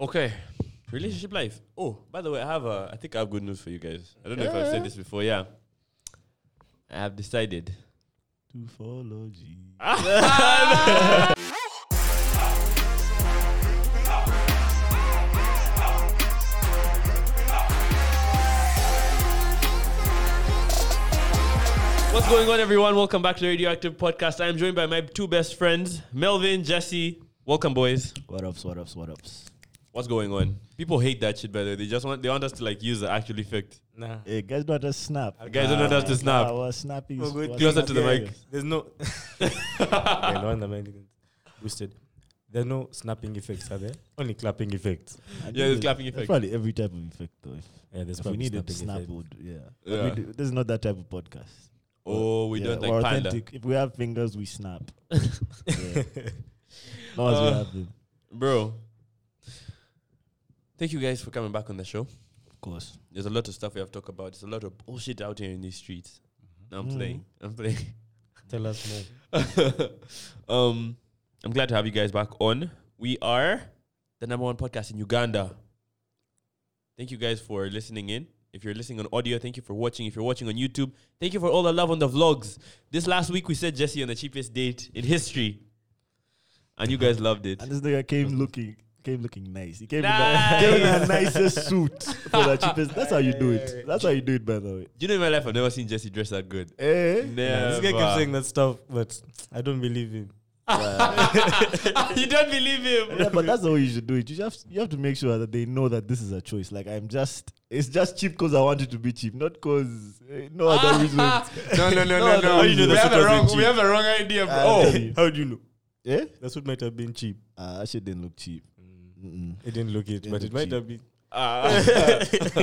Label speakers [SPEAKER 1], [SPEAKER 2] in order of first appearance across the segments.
[SPEAKER 1] Okay. Relationship life. Oh, by the way, I have a. I think I have good news for you guys. I don't know if I've
[SPEAKER 2] Yeah.
[SPEAKER 1] said this before. Yeah, I have decided.
[SPEAKER 2] To follow G.
[SPEAKER 1] What's going on, everyone? Welcome back to the Radioactive Podcast. I am joined by my two best friends, Melvin, Jesse. Welcome, boys.
[SPEAKER 2] What ups? What ups? What ups?
[SPEAKER 1] What's going on? People hate that shit, by the way. They just want they want us to like use the actual effect.
[SPEAKER 3] Nah.
[SPEAKER 2] Hey, guys, don't just snap.
[SPEAKER 1] Guys
[SPEAKER 2] Ah.
[SPEAKER 1] don't know how to snap.
[SPEAKER 2] Nah, we're snappy.
[SPEAKER 3] Oh, good.
[SPEAKER 2] We're
[SPEAKER 1] Closer to the
[SPEAKER 2] snappy.
[SPEAKER 1] mic.
[SPEAKER 3] There's no. yeah, no wonder man didn't. Boosted. There are no snapping effects, are there? Only clapping effects.
[SPEAKER 2] I
[SPEAKER 1] Yeah,
[SPEAKER 2] think
[SPEAKER 1] the clapping effect.
[SPEAKER 2] Probably every type of effect, though. If,
[SPEAKER 3] Yeah, there's
[SPEAKER 2] if we
[SPEAKER 3] probably
[SPEAKER 2] needed to snap,
[SPEAKER 3] snapping
[SPEAKER 2] we
[SPEAKER 3] effects.
[SPEAKER 2] would, yeah.
[SPEAKER 1] Yeah.
[SPEAKER 2] We do- this is not that type of podcast.
[SPEAKER 1] Oh, we
[SPEAKER 2] Yeah,
[SPEAKER 1] don't
[SPEAKER 2] we're
[SPEAKER 1] like panda.
[SPEAKER 2] authentic. If we have fingers, we snap. yeah.
[SPEAKER 1] Uh,
[SPEAKER 2] Not as we have them,
[SPEAKER 1] Bro. Thank you guys for coming back on the show.
[SPEAKER 2] of course.
[SPEAKER 1] There's a lot of stuff we have to talk about. There's a lot of bullshit out here in these streets. No, I'm
[SPEAKER 2] Mm.
[SPEAKER 1] playing. I'm playing.
[SPEAKER 3] Tell us more.
[SPEAKER 1] um, I'm glad to have you guys back on. We are the number one podcast in Uganda. Thank you guys for listening in. If you're listening on audio, thank you for watching. If you're watching on YouTube, thank you for all the love on the vlogs. This last week we said Jesse on the cheapest date in history, and you guys loved it.
[SPEAKER 2] And this nigga came looking, came looking nice. He came, in, the, came in the nicest suit for the cheapest. That's how you do it. That's how you do it, by the way.
[SPEAKER 1] Do you know in my life I've never seen Jesse dress that good.
[SPEAKER 2] Eh?
[SPEAKER 3] Yeah, this guy keeps saying that stuff, but I don't believe him.
[SPEAKER 1] you don't believe him.
[SPEAKER 2] yeah, but that's the way you should do it. You just you have to make sure that they know that this is a choice. Like I'm just, it's just cheap because I want it to be cheap, not because no other reason.
[SPEAKER 1] No, no,
[SPEAKER 2] No, no, no. We have a wrong- we
[SPEAKER 1] have a wrong idea. Oh.
[SPEAKER 2] I'll tell you.
[SPEAKER 3] How do you know?
[SPEAKER 2] Eh?
[SPEAKER 3] That's what might have been cheap.
[SPEAKER 2] Uh, that shit didn't look cheap. Mm-mm.
[SPEAKER 3] It didn't look
[SPEAKER 2] Mm.
[SPEAKER 3] it,
[SPEAKER 2] Didn't
[SPEAKER 3] but
[SPEAKER 2] look
[SPEAKER 3] it might
[SPEAKER 2] cheap.
[SPEAKER 3] have been.
[SPEAKER 1] Ah.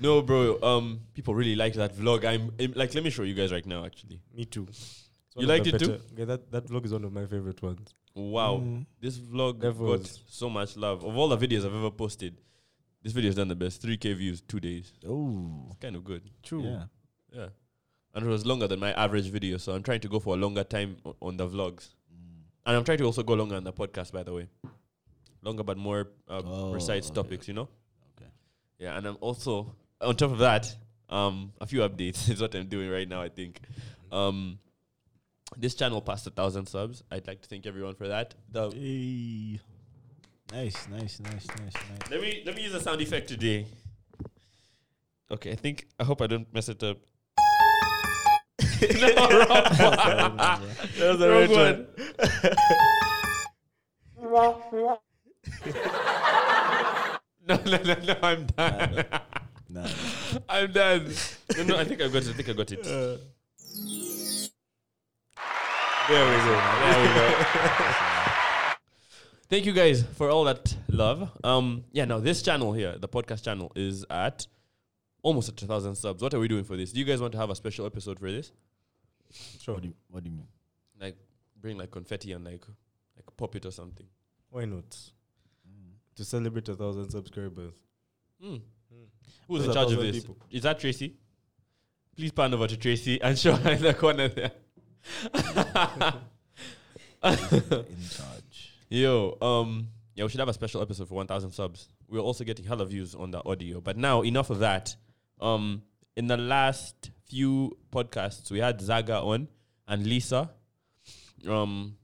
[SPEAKER 1] no, bro. Um, people really liked that vlog. I'm, I'm- like, let me show you guys right now. Actually,
[SPEAKER 3] Me too. It's one
[SPEAKER 1] You
[SPEAKER 3] of
[SPEAKER 1] liked
[SPEAKER 3] the
[SPEAKER 1] it too?
[SPEAKER 3] better- Yeah, that, that vlog is one of my favorite ones.
[SPEAKER 1] wow,
[SPEAKER 2] Mm.
[SPEAKER 1] this vlog
[SPEAKER 3] That
[SPEAKER 1] got
[SPEAKER 3] was-
[SPEAKER 1] so much love. Of all the videos I've ever posted, this video's done the best. 3k views, two days.
[SPEAKER 2] Oh,
[SPEAKER 1] Kind of good.
[SPEAKER 3] True.
[SPEAKER 2] yeah.
[SPEAKER 1] Yeah, and it was longer than my average video, so I'm trying to go for a longer time o- on the vlogs,
[SPEAKER 2] Mm.
[SPEAKER 1] and I'm trying to also go longer on the podcast. By the way, longer but more uh,
[SPEAKER 2] Oh,
[SPEAKER 1] precise
[SPEAKER 2] okay.
[SPEAKER 1] topics. You know.
[SPEAKER 2] Okay.
[SPEAKER 1] Yeah, and I'm also on top of that, um, a few updates is what I'm doing right now. I think, um, this channel passed a thousand subs. I'd like to thank everyone for that. The
[SPEAKER 2] Hey. Nice, nice, nice, nice, nice.
[SPEAKER 1] let me let me use a sound effect today. Okay, I think I hope I don't mess it up. no, wrong one.
[SPEAKER 3] That was
[SPEAKER 1] Wrong one. no, no, no, no, I'm done.
[SPEAKER 2] Nah,
[SPEAKER 1] I'm done. Uh. No, no, I think I got it. I think I got it. There we go. There we go. Thank you guys for all that love. Um, yeah, now this channel here, the podcast channel, is at almost at 2,000 subs. What are we doing for this? Do you guys want to have a special episode for this?
[SPEAKER 3] Sure.
[SPEAKER 2] what, do you, what do you mean?
[SPEAKER 1] Like, bring like confetti and like, like pop it or something.
[SPEAKER 3] Why not? To celebrate a thousand subscribers.
[SPEAKER 1] Hmm.
[SPEAKER 3] Hmm.
[SPEAKER 1] Who's in
[SPEAKER 3] Those are
[SPEAKER 1] charge of
[SPEAKER 3] 1,000
[SPEAKER 1] this?
[SPEAKER 3] people.
[SPEAKER 1] Is that Tracy? Please pan over to Tracy and show her in the corner there.
[SPEAKER 2] In charge.
[SPEAKER 1] Yo, um, yeah, we should have a special episode for 1,000 subs. We're also getting hella views on the audio. But now, enough of that. Um, in the last few podcasts, we had Zaga on and Lisa. Um,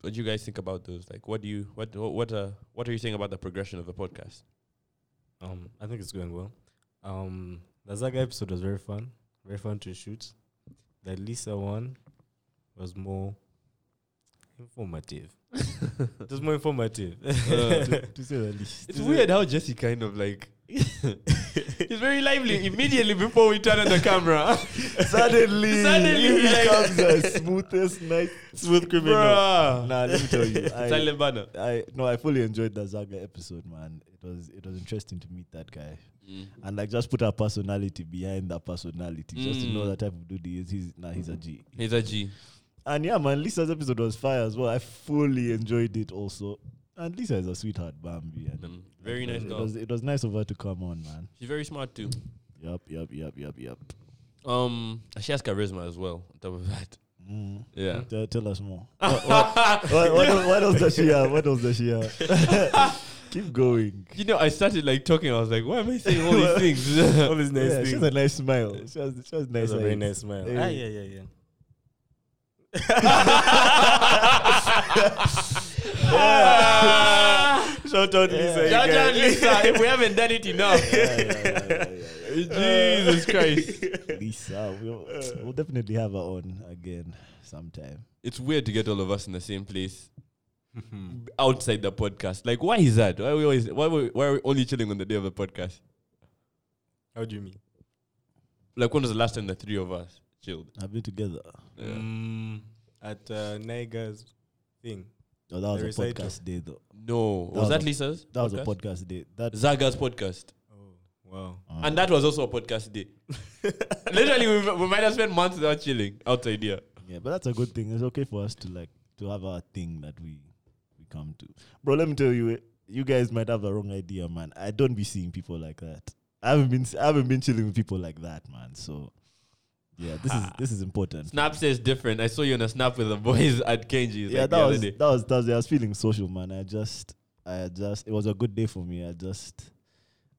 [SPEAKER 1] what do you guys think about those? Like, what do you what what what, uh, what are you saying about the progression of the podcast?
[SPEAKER 3] Um, I think it's going well. Um, the Zaga episode was very fun, very fun to shoot. The Lisa one was more informative. Just more informative.
[SPEAKER 1] Uh,
[SPEAKER 2] To say the least.
[SPEAKER 1] It's weird how Jesse kind of like he's very lively immediately before we turn on the camera.
[SPEAKER 2] Suddenly,
[SPEAKER 1] Suddenly,
[SPEAKER 2] he
[SPEAKER 1] like-
[SPEAKER 2] becomes the smoothest, nice,
[SPEAKER 3] Smooth
[SPEAKER 1] Bruh.
[SPEAKER 2] Nah, let me tell you. I,
[SPEAKER 1] Silent banner.
[SPEAKER 2] I no, I fully enjoyed the Zaga episode, man. It was it was interesting to meet that guy
[SPEAKER 1] Mm.
[SPEAKER 2] and like just put a personality behind that personality, just to know
[SPEAKER 1] Mm.
[SPEAKER 2] that type of dude he is. He's nah, he's a G.
[SPEAKER 1] He's a G.
[SPEAKER 2] And yeah, man, Lisa's episode was fire as well. I fully enjoyed it also. And Lisa is a sweetheart, Bambi. And
[SPEAKER 1] Mm. Very nice
[SPEAKER 2] it
[SPEAKER 1] girl.
[SPEAKER 2] was it was nice of her to come on, man.
[SPEAKER 1] She's very smart too.
[SPEAKER 2] Yup, yup, yup, yup, yup.
[SPEAKER 1] Um, she has charisma as well. On top of that,
[SPEAKER 2] Mm.
[SPEAKER 1] Yeah.
[SPEAKER 2] Tell, tell us more. what, what, what, what else- what else does she have? What else does she have? Keep going.
[SPEAKER 1] You know, I started like talking. I was like, why am I saying all these things?
[SPEAKER 3] All these nice
[SPEAKER 2] yeah, she
[SPEAKER 3] things.
[SPEAKER 2] has a nice smile. She has, she has nice
[SPEAKER 3] That's a very
[SPEAKER 2] eyes.
[SPEAKER 3] nice smile.
[SPEAKER 2] Yeah.
[SPEAKER 3] Ah, yeah, yeah, yeah. Shout out Lisa.
[SPEAKER 1] Judge and
[SPEAKER 3] again.
[SPEAKER 1] Lisa, if we haven't done it enough.
[SPEAKER 2] Yeah, yeah, yeah, yeah, yeah, yeah.
[SPEAKER 1] Jesus Christ.
[SPEAKER 2] Lisa, we'll, we'll definitely have her on again sometime.
[SPEAKER 1] It's weird to get all of us in the same place outside the podcast. Like, why is that? Why are we always why we, why are we only chilling on the day of the podcast?
[SPEAKER 3] How do you mean?
[SPEAKER 1] Like when was the last time the three of us chilled?
[SPEAKER 2] Have been together?
[SPEAKER 1] Yeah.
[SPEAKER 3] Mm, at uh, Naiga's thing.
[SPEAKER 2] Oh, that was
[SPEAKER 3] The
[SPEAKER 2] a
[SPEAKER 3] recital.
[SPEAKER 2] podcast day, though.
[SPEAKER 1] No.
[SPEAKER 2] That
[SPEAKER 1] was
[SPEAKER 2] was
[SPEAKER 1] that
[SPEAKER 2] a-
[SPEAKER 1] Lisa's?
[SPEAKER 2] That was
[SPEAKER 1] podcast?
[SPEAKER 2] a podcast day. That
[SPEAKER 1] Zaga's podcast.
[SPEAKER 3] Oh, wow.
[SPEAKER 2] uh,
[SPEAKER 1] And that was also a podcast day. Literally, we, we might have spent months without chilling outside here.
[SPEAKER 2] uh, yeah, but that's a good thing. It's okay for us to like to have our thing that we we come to. Bro, let me tell you, eh, you guys might have the wrong idea, man. I don't be seeing people like that. I haven't been s- I haven't been chilling with people like that, man. So yeah, this is this is important.
[SPEAKER 1] Snap says different. I saw you on a snap with the boys at Kenji's
[SPEAKER 2] yeah,
[SPEAKER 1] like, the
[SPEAKER 2] that was,
[SPEAKER 1] other
[SPEAKER 2] that
[SPEAKER 1] day.
[SPEAKER 2] was that was I was feeling social, man. I just I just it was a good day for me. I just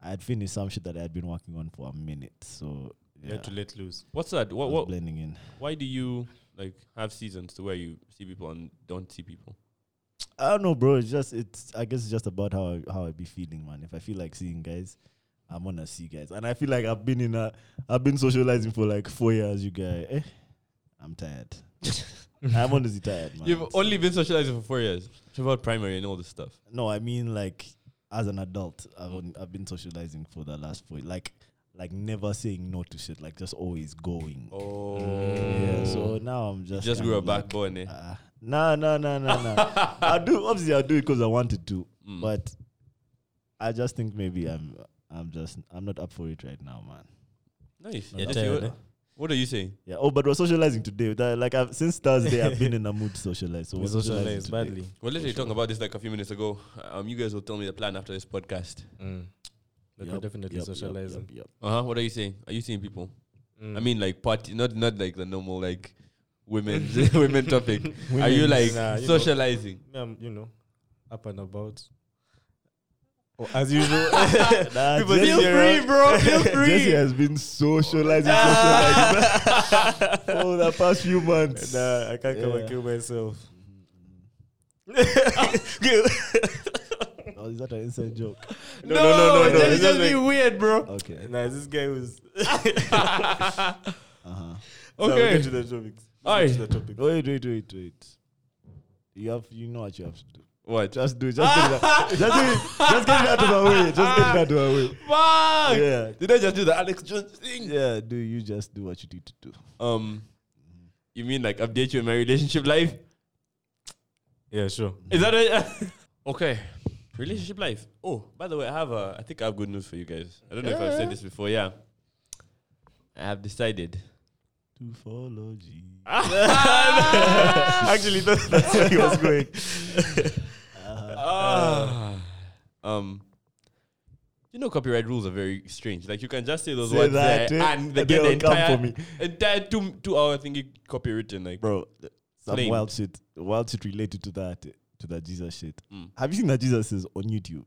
[SPEAKER 2] I had finished some shit that I had been working on for a minute, so
[SPEAKER 3] You
[SPEAKER 2] yeah,
[SPEAKER 3] had to let loose.
[SPEAKER 1] What's that?
[SPEAKER 2] I
[SPEAKER 1] What,
[SPEAKER 2] was
[SPEAKER 1] what,
[SPEAKER 2] blending in.
[SPEAKER 1] why do you like have seasons to where you see people and don't see people?
[SPEAKER 2] I don't know, bro. It's just it's. I guess it's just about how I, how I be feeling, man. If I feel like seeing guys, I'm gonna see guys, and I feel like I've been in a I've been socializing for like four years, you guys. Eh? I'm tired. I'm honestly tired, man.
[SPEAKER 1] You've only been socializing for four years. Throughout primary and all this stuff.
[SPEAKER 2] no. I mean, like as an adult, I've on, I've been socializing for the last four. Like like never saying no to shit. Like just always going.
[SPEAKER 1] Oh.
[SPEAKER 2] Yeah. So now I'm just
[SPEAKER 1] just
[SPEAKER 2] kind
[SPEAKER 1] grew a
[SPEAKER 2] of like,
[SPEAKER 1] backbone, eh?
[SPEAKER 2] Uh, no, no, no, no, no. I do obviously I do it because I wanted to,
[SPEAKER 1] Mm.
[SPEAKER 2] but I just think maybe I'm I'm just I'm not up for it right now, man.
[SPEAKER 1] Nice.
[SPEAKER 2] Yeah,
[SPEAKER 1] Just
[SPEAKER 2] tired,
[SPEAKER 1] you-
[SPEAKER 2] eh?
[SPEAKER 1] what are you saying?
[SPEAKER 2] Yeah. Oh, but we're socializing today. That- like I've, since Thursday, I've been in a mood to socialize. So
[SPEAKER 3] We
[SPEAKER 2] we're socializing
[SPEAKER 3] socialized
[SPEAKER 2] today.
[SPEAKER 3] badly.
[SPEAKER 1] We're literally talking about this like a few minutes ago. Um, you guys will tell me the plan after this podcast.
[SPEAKER 3] Mm. But we're
[SPEAKER 2] Yup,
[SPEAKER 3] definitely
[SPEAKER 2] yup, yup,
[SPEAKER 3] socializing.
[SPEAKER 2] yup, yup.
[SPEAKER 1] Uh huh. What are you saying? Are you seeing people?
[SPEAKER 3] Mm.
[SPEAKER 1] I mean, like party, not not like the normal like women women topic. Are you
[SPEAKER 3] Women's,
[SPEAKER 1] like
[SPEAKER 3] nah, you know.
[SPEAKER 1] socializing?
[SPEAKER 3] Me, I'm, you know, up and about. Or as usual.
[SPEAKER 2] Nah,
[SPEAKER 3] People
[SPEAKER 2] Jesse-
[SPEAKER 3] feel free,
[SPEAKER 1] bro. Feel
[SPEAKER 2] Jesse has been socializing, socializing for the past few months.
[SPEAKER 3] nah, I can't come
[SPEAKER 2] Yeah.
[SPEAKER 3] and kill myself.
[SPEAKER 2] Oh, is that an inside joke?
[SPEAKER 1] no, no, no, no,
[SPEAKER 3] it's
[SPEAKER 1] It's
[SPEAKER 3] just
[SPEAKER 1] just
[SPEAKER 3] like-
[SPEAKER 1] be weird, bro.
[SPEAKER 2] Okay.
[SPEAKER 3] Nah, this guy was.
[SPEAKER 2] Uh
[SPEAKER 3] Uh-huh.
[SPEAKER 2] huh.
[SPEAKER 3] Nah, we'll
[SPEAKER 1] Okay.
[SPEAKER 3] get to the topic. We'll
[SPEAKER 1] Alright.
[SPEAKER 3] get to the topic.
[SPEAKER 2] Wait, wait, wait, wait. You have, you know what you have to do.
[SPEAKER 1] What?
[SPEAKER 2] Just do it. Just get it out. Just do it. Just get it out of our way. Just get it out of our way.
[SPEAKER 1] Fuck!
[SPEAKER 2] Yeah.
[SPEAKER 1] Did I just do the Alex Jones thing?
[SPEAKER 2] Yeah, do you just do what you need to do?
[SPEAKER 1] Um, you mean like update you in my relationship life?
[SPEAKER 3] Yeah, sure.
[SPEAKER 1] Is that it? okay. Relationship life. Oh, by the way, I have a. I think I have good news for you guys. I don't know if I've said this before. Yeah, I have decided.
[SPEAKER 2] To follow G.
[SPEAKER 3] Actually, that, that's where he was going.
[SPEAKER 1] Ah. um, you know, copyright rules are very strange. Like you can just say those
[SPEAKER 2] Say
[SPEAKER 1] words
[SPEAKER 2] that,
[SPEAKER 1] there,
[SPEAKER 2] eh?
[SPEAKER 1] and they
[SPEAKER 2] And
[SPEAKER 1] get the
[SPEAKER 2] they'll come
[SPEAKER 1] entire,
[SPEAKER 2] for me.
[SPEAKER 1] entire two two hour thingy copywritten. Like,
[SPEAKER 2] Bro, some
[SPEAKER 1] Flame.
[SPEAKER 2] wild shit. Wild shit related to that, eh, to that Jesus shit.
[SPEAKER 1] Mm.
[SPEAKER 2] Have you seen that Jesus is on YouTube?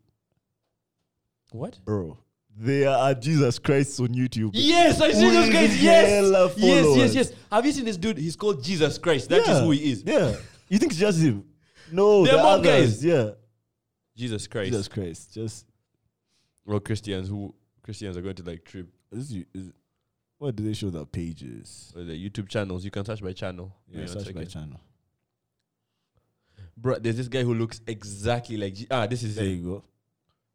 [SPEAKER 1] what?
[SPEAKER 2] Bro, there are Jesus Christ on YouTube.
[SPEAKER 1] Yes, I see
[SPEAKER 2] With
[SPEAKER 1] those guys. Yes,
[SPEAKER 2] hella
[SPEAKER 1] yes, yes,
[SPEAKER 2] followers.
[SPEAKER 1] yes. Have you seen this dude? He's called Jesus Christ. That is
[SPEAKER 2] Yeah.
[SPEAKER 1] who he is.
[SPEAKER 2] Yeah. You think it's just him? No,
[SPEAKER 1] They're
[SPEAKER 2] the
[SPEAKER 1] mob
[SPEAKER 2] others.
[SPEAKER 1] guys.
[SPEAKER 2] Yeah.
[SPEAKER 1] Jesus Christ.
[SPEAKER 2] Jesus Christ. Just.
[SPEAKER 1] Well, Christians who Christians are going to like trip
[SPEAKER 2] Is, you- is, what do they show the pages?
[SPEAKER 1] uh, the YouTube channels. You can search by channel. Wait
[SPEAKER 2] Yeah,
[SPEAKER 1] one
[SPEAKER 2] search my
[SPEAKER 1] second.
[SPEAKER 2] channel.
[SPEAKER 1] Bro, there's this guy who looks exactly like Je- ah. This is
[SPEAKER 2] There
[SPEAKER 1] him.
[SPEAKER 2] you go.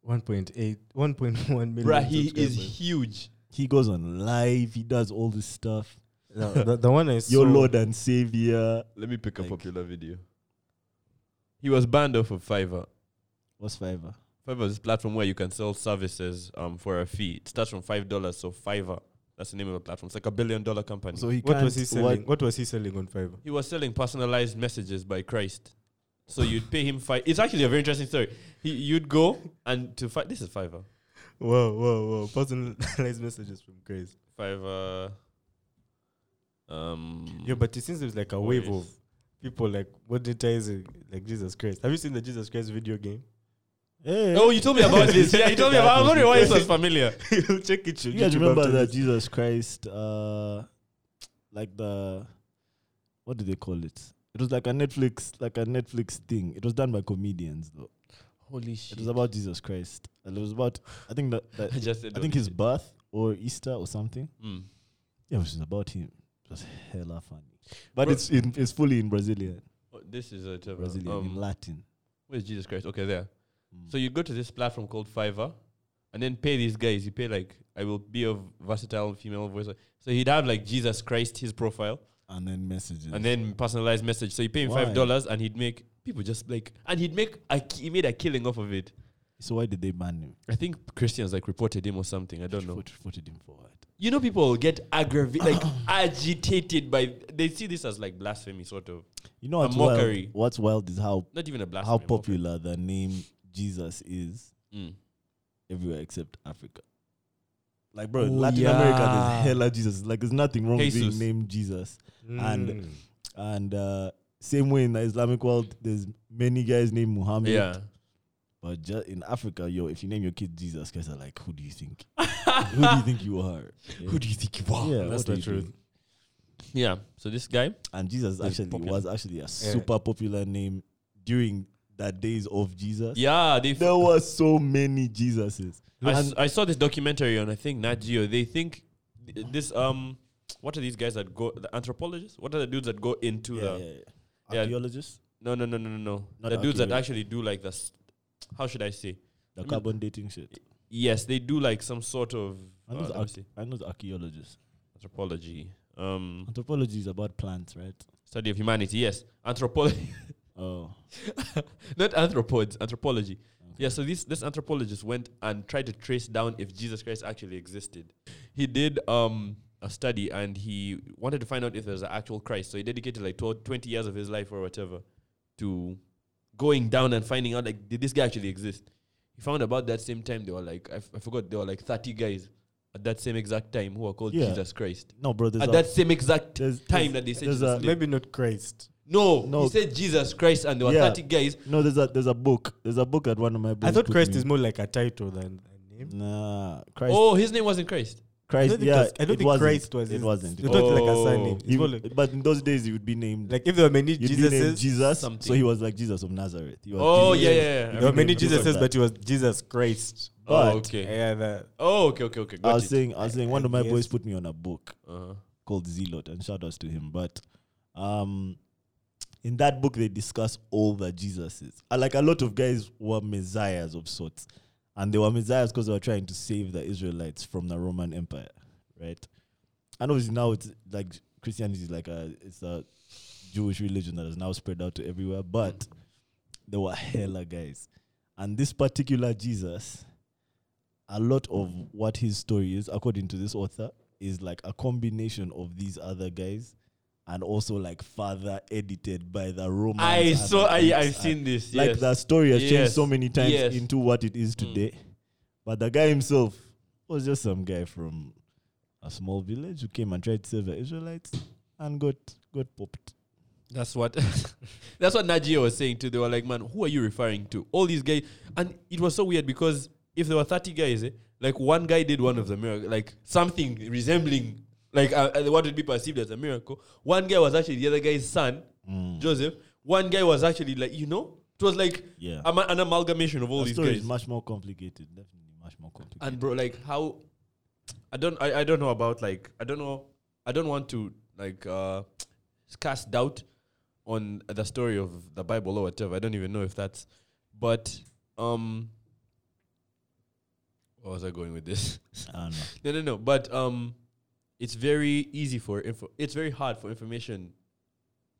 [SPEAKER 3] 1.8, 1.1 million.
[SPEAKER 1] Bro, he is
[SPEAKER 3] subscribers.
[SPEAKER 1] huge.
[SPEAKER 2] He goes on live. He does all this stuff.
[SPEAKER 3] No, the, the one I saw.
[SPEAKER 2] Your Lord and Savior.
[SPEAKER 1] Let me pick a
[SPEAKER 2] Like-
[SPEAKER 1] popular video. He was banned off of Fiverr.
[SPEAKER 2] What's Fiverr?
[SPEAKER 1] Fiverr is a platform where you can sell services um, for a fee. It starts from five dollars, so Fiverr. That's the name of the platform. It's like a billion dollar company.
[SPEAKER 2] So he
[SPEAKER 3] What
[SPEAKER 2] can't.
[SPEAKER 3] was he selling? What, was he selling on Fiverr?
[SPEAKER 1] he was selling personalized messages by Christ. So you'd pay him five. It's actually a very interesting story. He, you'd go and to fight. This is Fiverr.
[SPEAKER 3] Whoa, whoa, whoa! Personalized messages from Grace.
[SPEAKER 1] Fiverr. uh, Um,
[SPEAKER 3] Yeah, but it seems there's like a wave
[SPEAKER 1] Boys.
[SPEAKER 3] of people like monetizing like Jesus Christ. Have you seen the Jesus Christ video game?
[SPEAKER 2] Hey,
[SPEAKER 1] oh, you told me about this. Yeah, you told me about. I'm wondering why it was familiar.
[SPEAKER 3] Check it.
[SPEAKER 2] you guys remember that Jesus Christ, uh, like the, what do they call it? It was like a Netflix, like a Netflix thing. It was done by comedians though.
[SPEAKER 1] Holy
[SPEAKER 2] It
[SPEAKER 1] shit!
[SPEAKER 2] was about Jesus Christ. And it was about, I think that, that
[SPEAKER 1] I just said.
[SPEAKER 2] I think his birth or Easter or something.
[SPEAKER 1] Mm.
[SPEAKER 2] Yeah, it was about him. It was hella funny, but
[SPEAKER 1] Bro-
[SPEAKER 2] it's in, it's fully in Brazilian,
[SPEAKER 1] Oh, this is a terrible.
[SPEAKER 2] Brazilian in
[SPEAKER 1] Um,
[SPEAKER 2] Latin.
[SPEAKER 1] where's Jesus Christ? Okay, there.
[SPEAKER 2] Mm.
[SPEAKER 1] So you go to this platform called Fiverr, and then pay these guys. You pay like I will be a versatile female voice. So he'd have like Jesus Christ his profile,
[SPEAKER 2] and then messages
[SPEAKER 1] and then personalized message. So you pay him
[SPEAKER 2] Why?
[SPEAKER 1] five dollars, and he'd make people just like, and he'd make a, ki- he made a killing off of it.
[SPEAKER 2] So why did they ban him?
[SPEAKER 1] I think Christians like reported him or something. I don't know.
[SPEAKER 2] Vote- voted him forward.
[SPEAKER 1] You know, people get aggravated, like agitated by. They see this as like blasphemy, sort of.
[SPEAKER 2] You know
[SPEAKER 1] A
[SPEAKER 2] what's wild?
[SPEAKER 1] mockery.
[SPEAKER 2] What's wild is how
[SPEAKER 1] Not even a blasphemy.
[SPEAKER 2] how
[SPEAKER 1] a mockery.
[SPEAKER 2] popular the name Jesus is
[SPEAKER 1] Mm.
[SPEAKER 2] everywhere except Africa. Like, bro, in
[SPEAKER 3] Oh,
[SPEAKER 2] Latin America,
[SPEAKER 3] yeah.
[SPEAKER 2] there's hella Jesus. Like, there's nothing wrong with
[SPEAKER 1] Jesus.
[SPEAKER 2] being named Jesus. Mm. and- And uh, same way in the Islamic world, there's many guys named Muhammad.
[SPEAKER 1] Yeah.
[SPEAKER 2] But just in Africa, yo, if you name your kid Jesus, guys are like, who do you think? who do you think you are?
[SPEAKER 1] Who do you think you are?
[SPEAKER 2] Yeah,
[SPEAKER 1] Yeah.
[SPEAKER 3] that's
[SPEAKER 2] what
[SPEAKER 3] the
[SPEAKER 2] do you
[SPEAKER 3] truth.
[SPEAKER 2] think?
[SPEAKER 1] So this guy,
[SPEAKER 2] And Jesus
[SPEAKER 1] It's
[SPEAKER 2] actually
[SPEAKER 1] popular.
[SPEAKER 2] was actually a super popular name during the days of Jesus.
[SPEAKER 1] yeah, they.
[SPEAKER 2] There were so many Jesuses.
[SPEAKER 1] I, s-
[SPEAKER 2] And-
[SPEAKER 1] I saw this documentary on I think Nat Geo. They think th- this um, what are these guys that go the anthropologists? What are the dudes that go into
[SPEAKER 2] yeah,
[SPEAKER 1] the
[SPEAKER 2] yeah, yeah.
[SPEAKER 1] yeah.
[SPEAKER 2] Archaeologists,
[SPEAKER 1] no no no no no no
[SPEAKER 2] Not
[SPEAKER 1] the dudes that
[SPEAKER 2] archaeology.
[SPEAKER 1] actually do like this. How should I say? I
[SPEAKER 2] the
[SPEAKER 1] mean-
[SPEAKER 2] carbon dating shit.
[SPEAKER 1] Yes, they do like some sort of
[SPEAKER 2] I
[SPEAKER 1] uh,
[SPEAKER 2] know,
[SPEAKER 1] let
[SPEAKER 2] the
[SPEAKER 1] me
[SPEAKER 2] arch-
[SPEAKER 1] see.
[SPEAKER 2] I know the archaeologists.
[SPEAKER 1] anthropology. Um,
[SPEAKER 2] Anthropology is about plants, right?
[SPEAKER 1] study of humanity. Yes, anthropology,
[SPEAKER 2] Oh,
[SPEAKER 1] not anthropods. Anthropology. Yeah. So this this anthropologist went and tried to trace down if Jesus Christ actually existed. He did um a study and he wanted to find out if there's an actual Christ. So he dedicated like 12, 20 years of his life or whatever to going down and finding out like did this guy actually exist. He found about that same time there were like I, f- I forgot there were like thirty guys at that same exact time who are called
[SPEAKER 2] Yeah.
[SPEAKER 1] Jesus Christ.
[SPEAKER 2] no, bro. There's
[SPEAKER 1] At
[SPEAKER 2] a-
[SPEAKER 1] that same exact
[SPEAKER 2] there's-
[SPEAKER 1] time
[SPEAKER 2] there's-
[SPEAKER 1] that they said
[SPEAKER 2] there's
[SPEAKER 1] Jesus
[SPEAKER 2] a-
[SPEAKER 1] lived.
[SPEAKER 3] maybe not Christ.
[SPEAKER 1] No,
[SPEAKER 2] No.
[SPEAKER 1] he said Jesus Christ, and there were
[SPEAKER 2] Yeah.
[SPEAKER 1] 30 guys.
[SPEAKER 2] no, there's a there's a book. There's a book at one of my books.
[SPEAKER 3] I thought Christ is more like a title than a name.
[SPEAKER 2] Nah, Christ.
[SPEAKER 1] Oh, his name wasn't Christ.
[SPEAKER 3] I
[SPEAKER 2] Christ.
[SPEAKER 3] don't think,
[SPEAKER 2] yeah,
[SPEAKER 3] Christ- I don't
[SPEAKER 2] it
[SPEAKER 3] think
[SPEAKER 2] wasn't,
[SPEAKER 3] Christ was.
[SPEAKER 2] It
[SPEAKER 3] his-
[SPEAKER 2] wasn't.
[SPEAKER 3] It was like a
[SPEAKER 1] Oh.
[SPEAKER 3] surname. It's
[SPEAKER 2] He-
[SPEAKER 3] more like,
[SPEAKER 2] but in those days, he would be named.
[SPEAKER 3] like if there were many
[SPEAKER 2] you'd be named
[SPEAKER 3] Jesuses,
[SPEAKER 2] Jesus, so
[SPEAKER 1] something.
[SPEAKER 2] he was like Jesus of Nazareth. He was
[SPEAKER 1] Oh,
[SPEAKER 2] Jesus.
[SPEAKER 1] yeah, yeah, yeah.
[SPEAKER 3] there were many
[SPEAKER 2] You'd be named
[SPEAKER 3] Jesuses,
[SPEAKER 2] Jesus.
[SPEAKER 3] but he was Jesus Christ.
[SPEAKER 1] oh,
[SPEAKER 2] But-
[SPEAKER 1] okay.
[SPEAKER 3] Yeah, that.
[SPEAKER 1] Oh, okay, okay, okay.
[SPEAKER 2] I
[SPEAKER 1] Got
[SPEAKER 2] was
[SPEAKER 1] it.
[SPEAKER 2] saying, I was saying, one of my
[SPEAKER 3] Yes.
[SPEAKER 2] boys put me on a book
[SPEAKER 1] uh-huh.
[SPEAKER 2] called Zealot, and shout outs to him. But um, in that book, they discuss all the Jesuses. Uh, Like a lot of guys were messiahs of sorts, and they were messiahs because they were trying to save the Israelites from the Roman Empire, right? And obviously now it's like Christianity is like a it's a Jewish religion that has now spread out to everywhere, but there were hella guys, and this particular Jesus. A lot of what his story is, according to this author, is like a combination of these other guys and also like further edited by the Romans.
[SPEAKER 1] I
[SPEAKER 2] and
[SPEAKER 1] saw,
[SPEAKER 2] the
[SPEAKER 1] I,
[SPEAKER 2] Greeks
[SPEAKER 1] I've
[SPEAKER 2] and-
[SPEAKER 1] seen this.
[SPEAKER 2] Like
[SPEAKER 1] yes.
[SPEAKER 2] the story has changed
[SPEAKER 1] Yes.
[SPEAKER 2] so many times
[SPEAKER 1] Yes. Mm.
[SPEAKER 2] into what it is today. But the guy himself was just some guy from a small village who came and tried to save the Israelites and got got popped.
[SPEAKER 1] That's what that's what Najee was saying too. They were like, Man, who are you referring to? All these guys and it was so weird because if there were 30 guys, eh, like one guy did one of the miracle like something resembling like uh, uh, what would be perceived as a miracle. One guy was actually the other guy's son,
[SPEAKER 2] Mm,
[SPEAKER 1] Joseph. One guy was actually like, you know, it was like
[SPEAKER 2] Yeah.
[SPEAKER 1] ama- an amalgamation of all
[SPEAKER 2] the
[SPEAKER 1] these
[SPEAKER 2] story
[SPEAKER 1] guys.
[SPEAKER 2] is much more complicated. Definitely much more complicated.
[SPEAKER 1] and bro like how i don't I, I don't know about like i don't know i don't want to like uh cast doubt on the story of the bible or whatever i don't even know if that's but um where was i going with this
[SPEAKER 2] I don't know.
[SPEAKER 1] no no no but um it's very easy for info it's very hard for information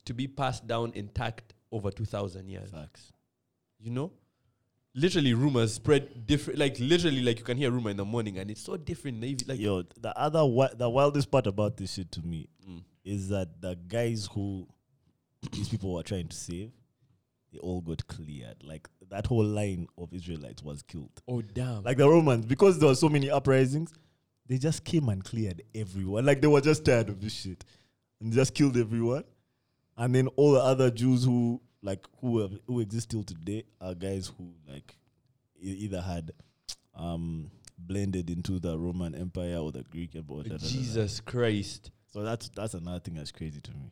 [SPEAKER 1] to be passed down intact over 2000 years
[SPEAKER 2] Facts.
[SPEAKER 1] you know literally rumors spread different like literally like you can hear a rumor in the morning and it's so different in the evening, like
[SPEAKER 2] Yo, the other wi- the wildest part about this shit to me
[SPEAKER 1] Mm.
[SPEAKER 2] is that the guys who these people were trying to save, they all got cleared. Like that whole line of Israelites was killed.
[SPEAKER 1] oh damn
[SPEAKER 2] Like the Romans, because there were so many uprisings, they just came and cleared everyone. Like they were just tired of this shit. and just killed everyone. And then all the other Jews who like who have, who exist till today are guys who like e- either had um blended into the Roman Empire or the Greek Empire. da- da- da- da.
[SPEAKER 1] Jesus Christ.
[SPEAKER 2] So that's that's another thing that's crazy to me.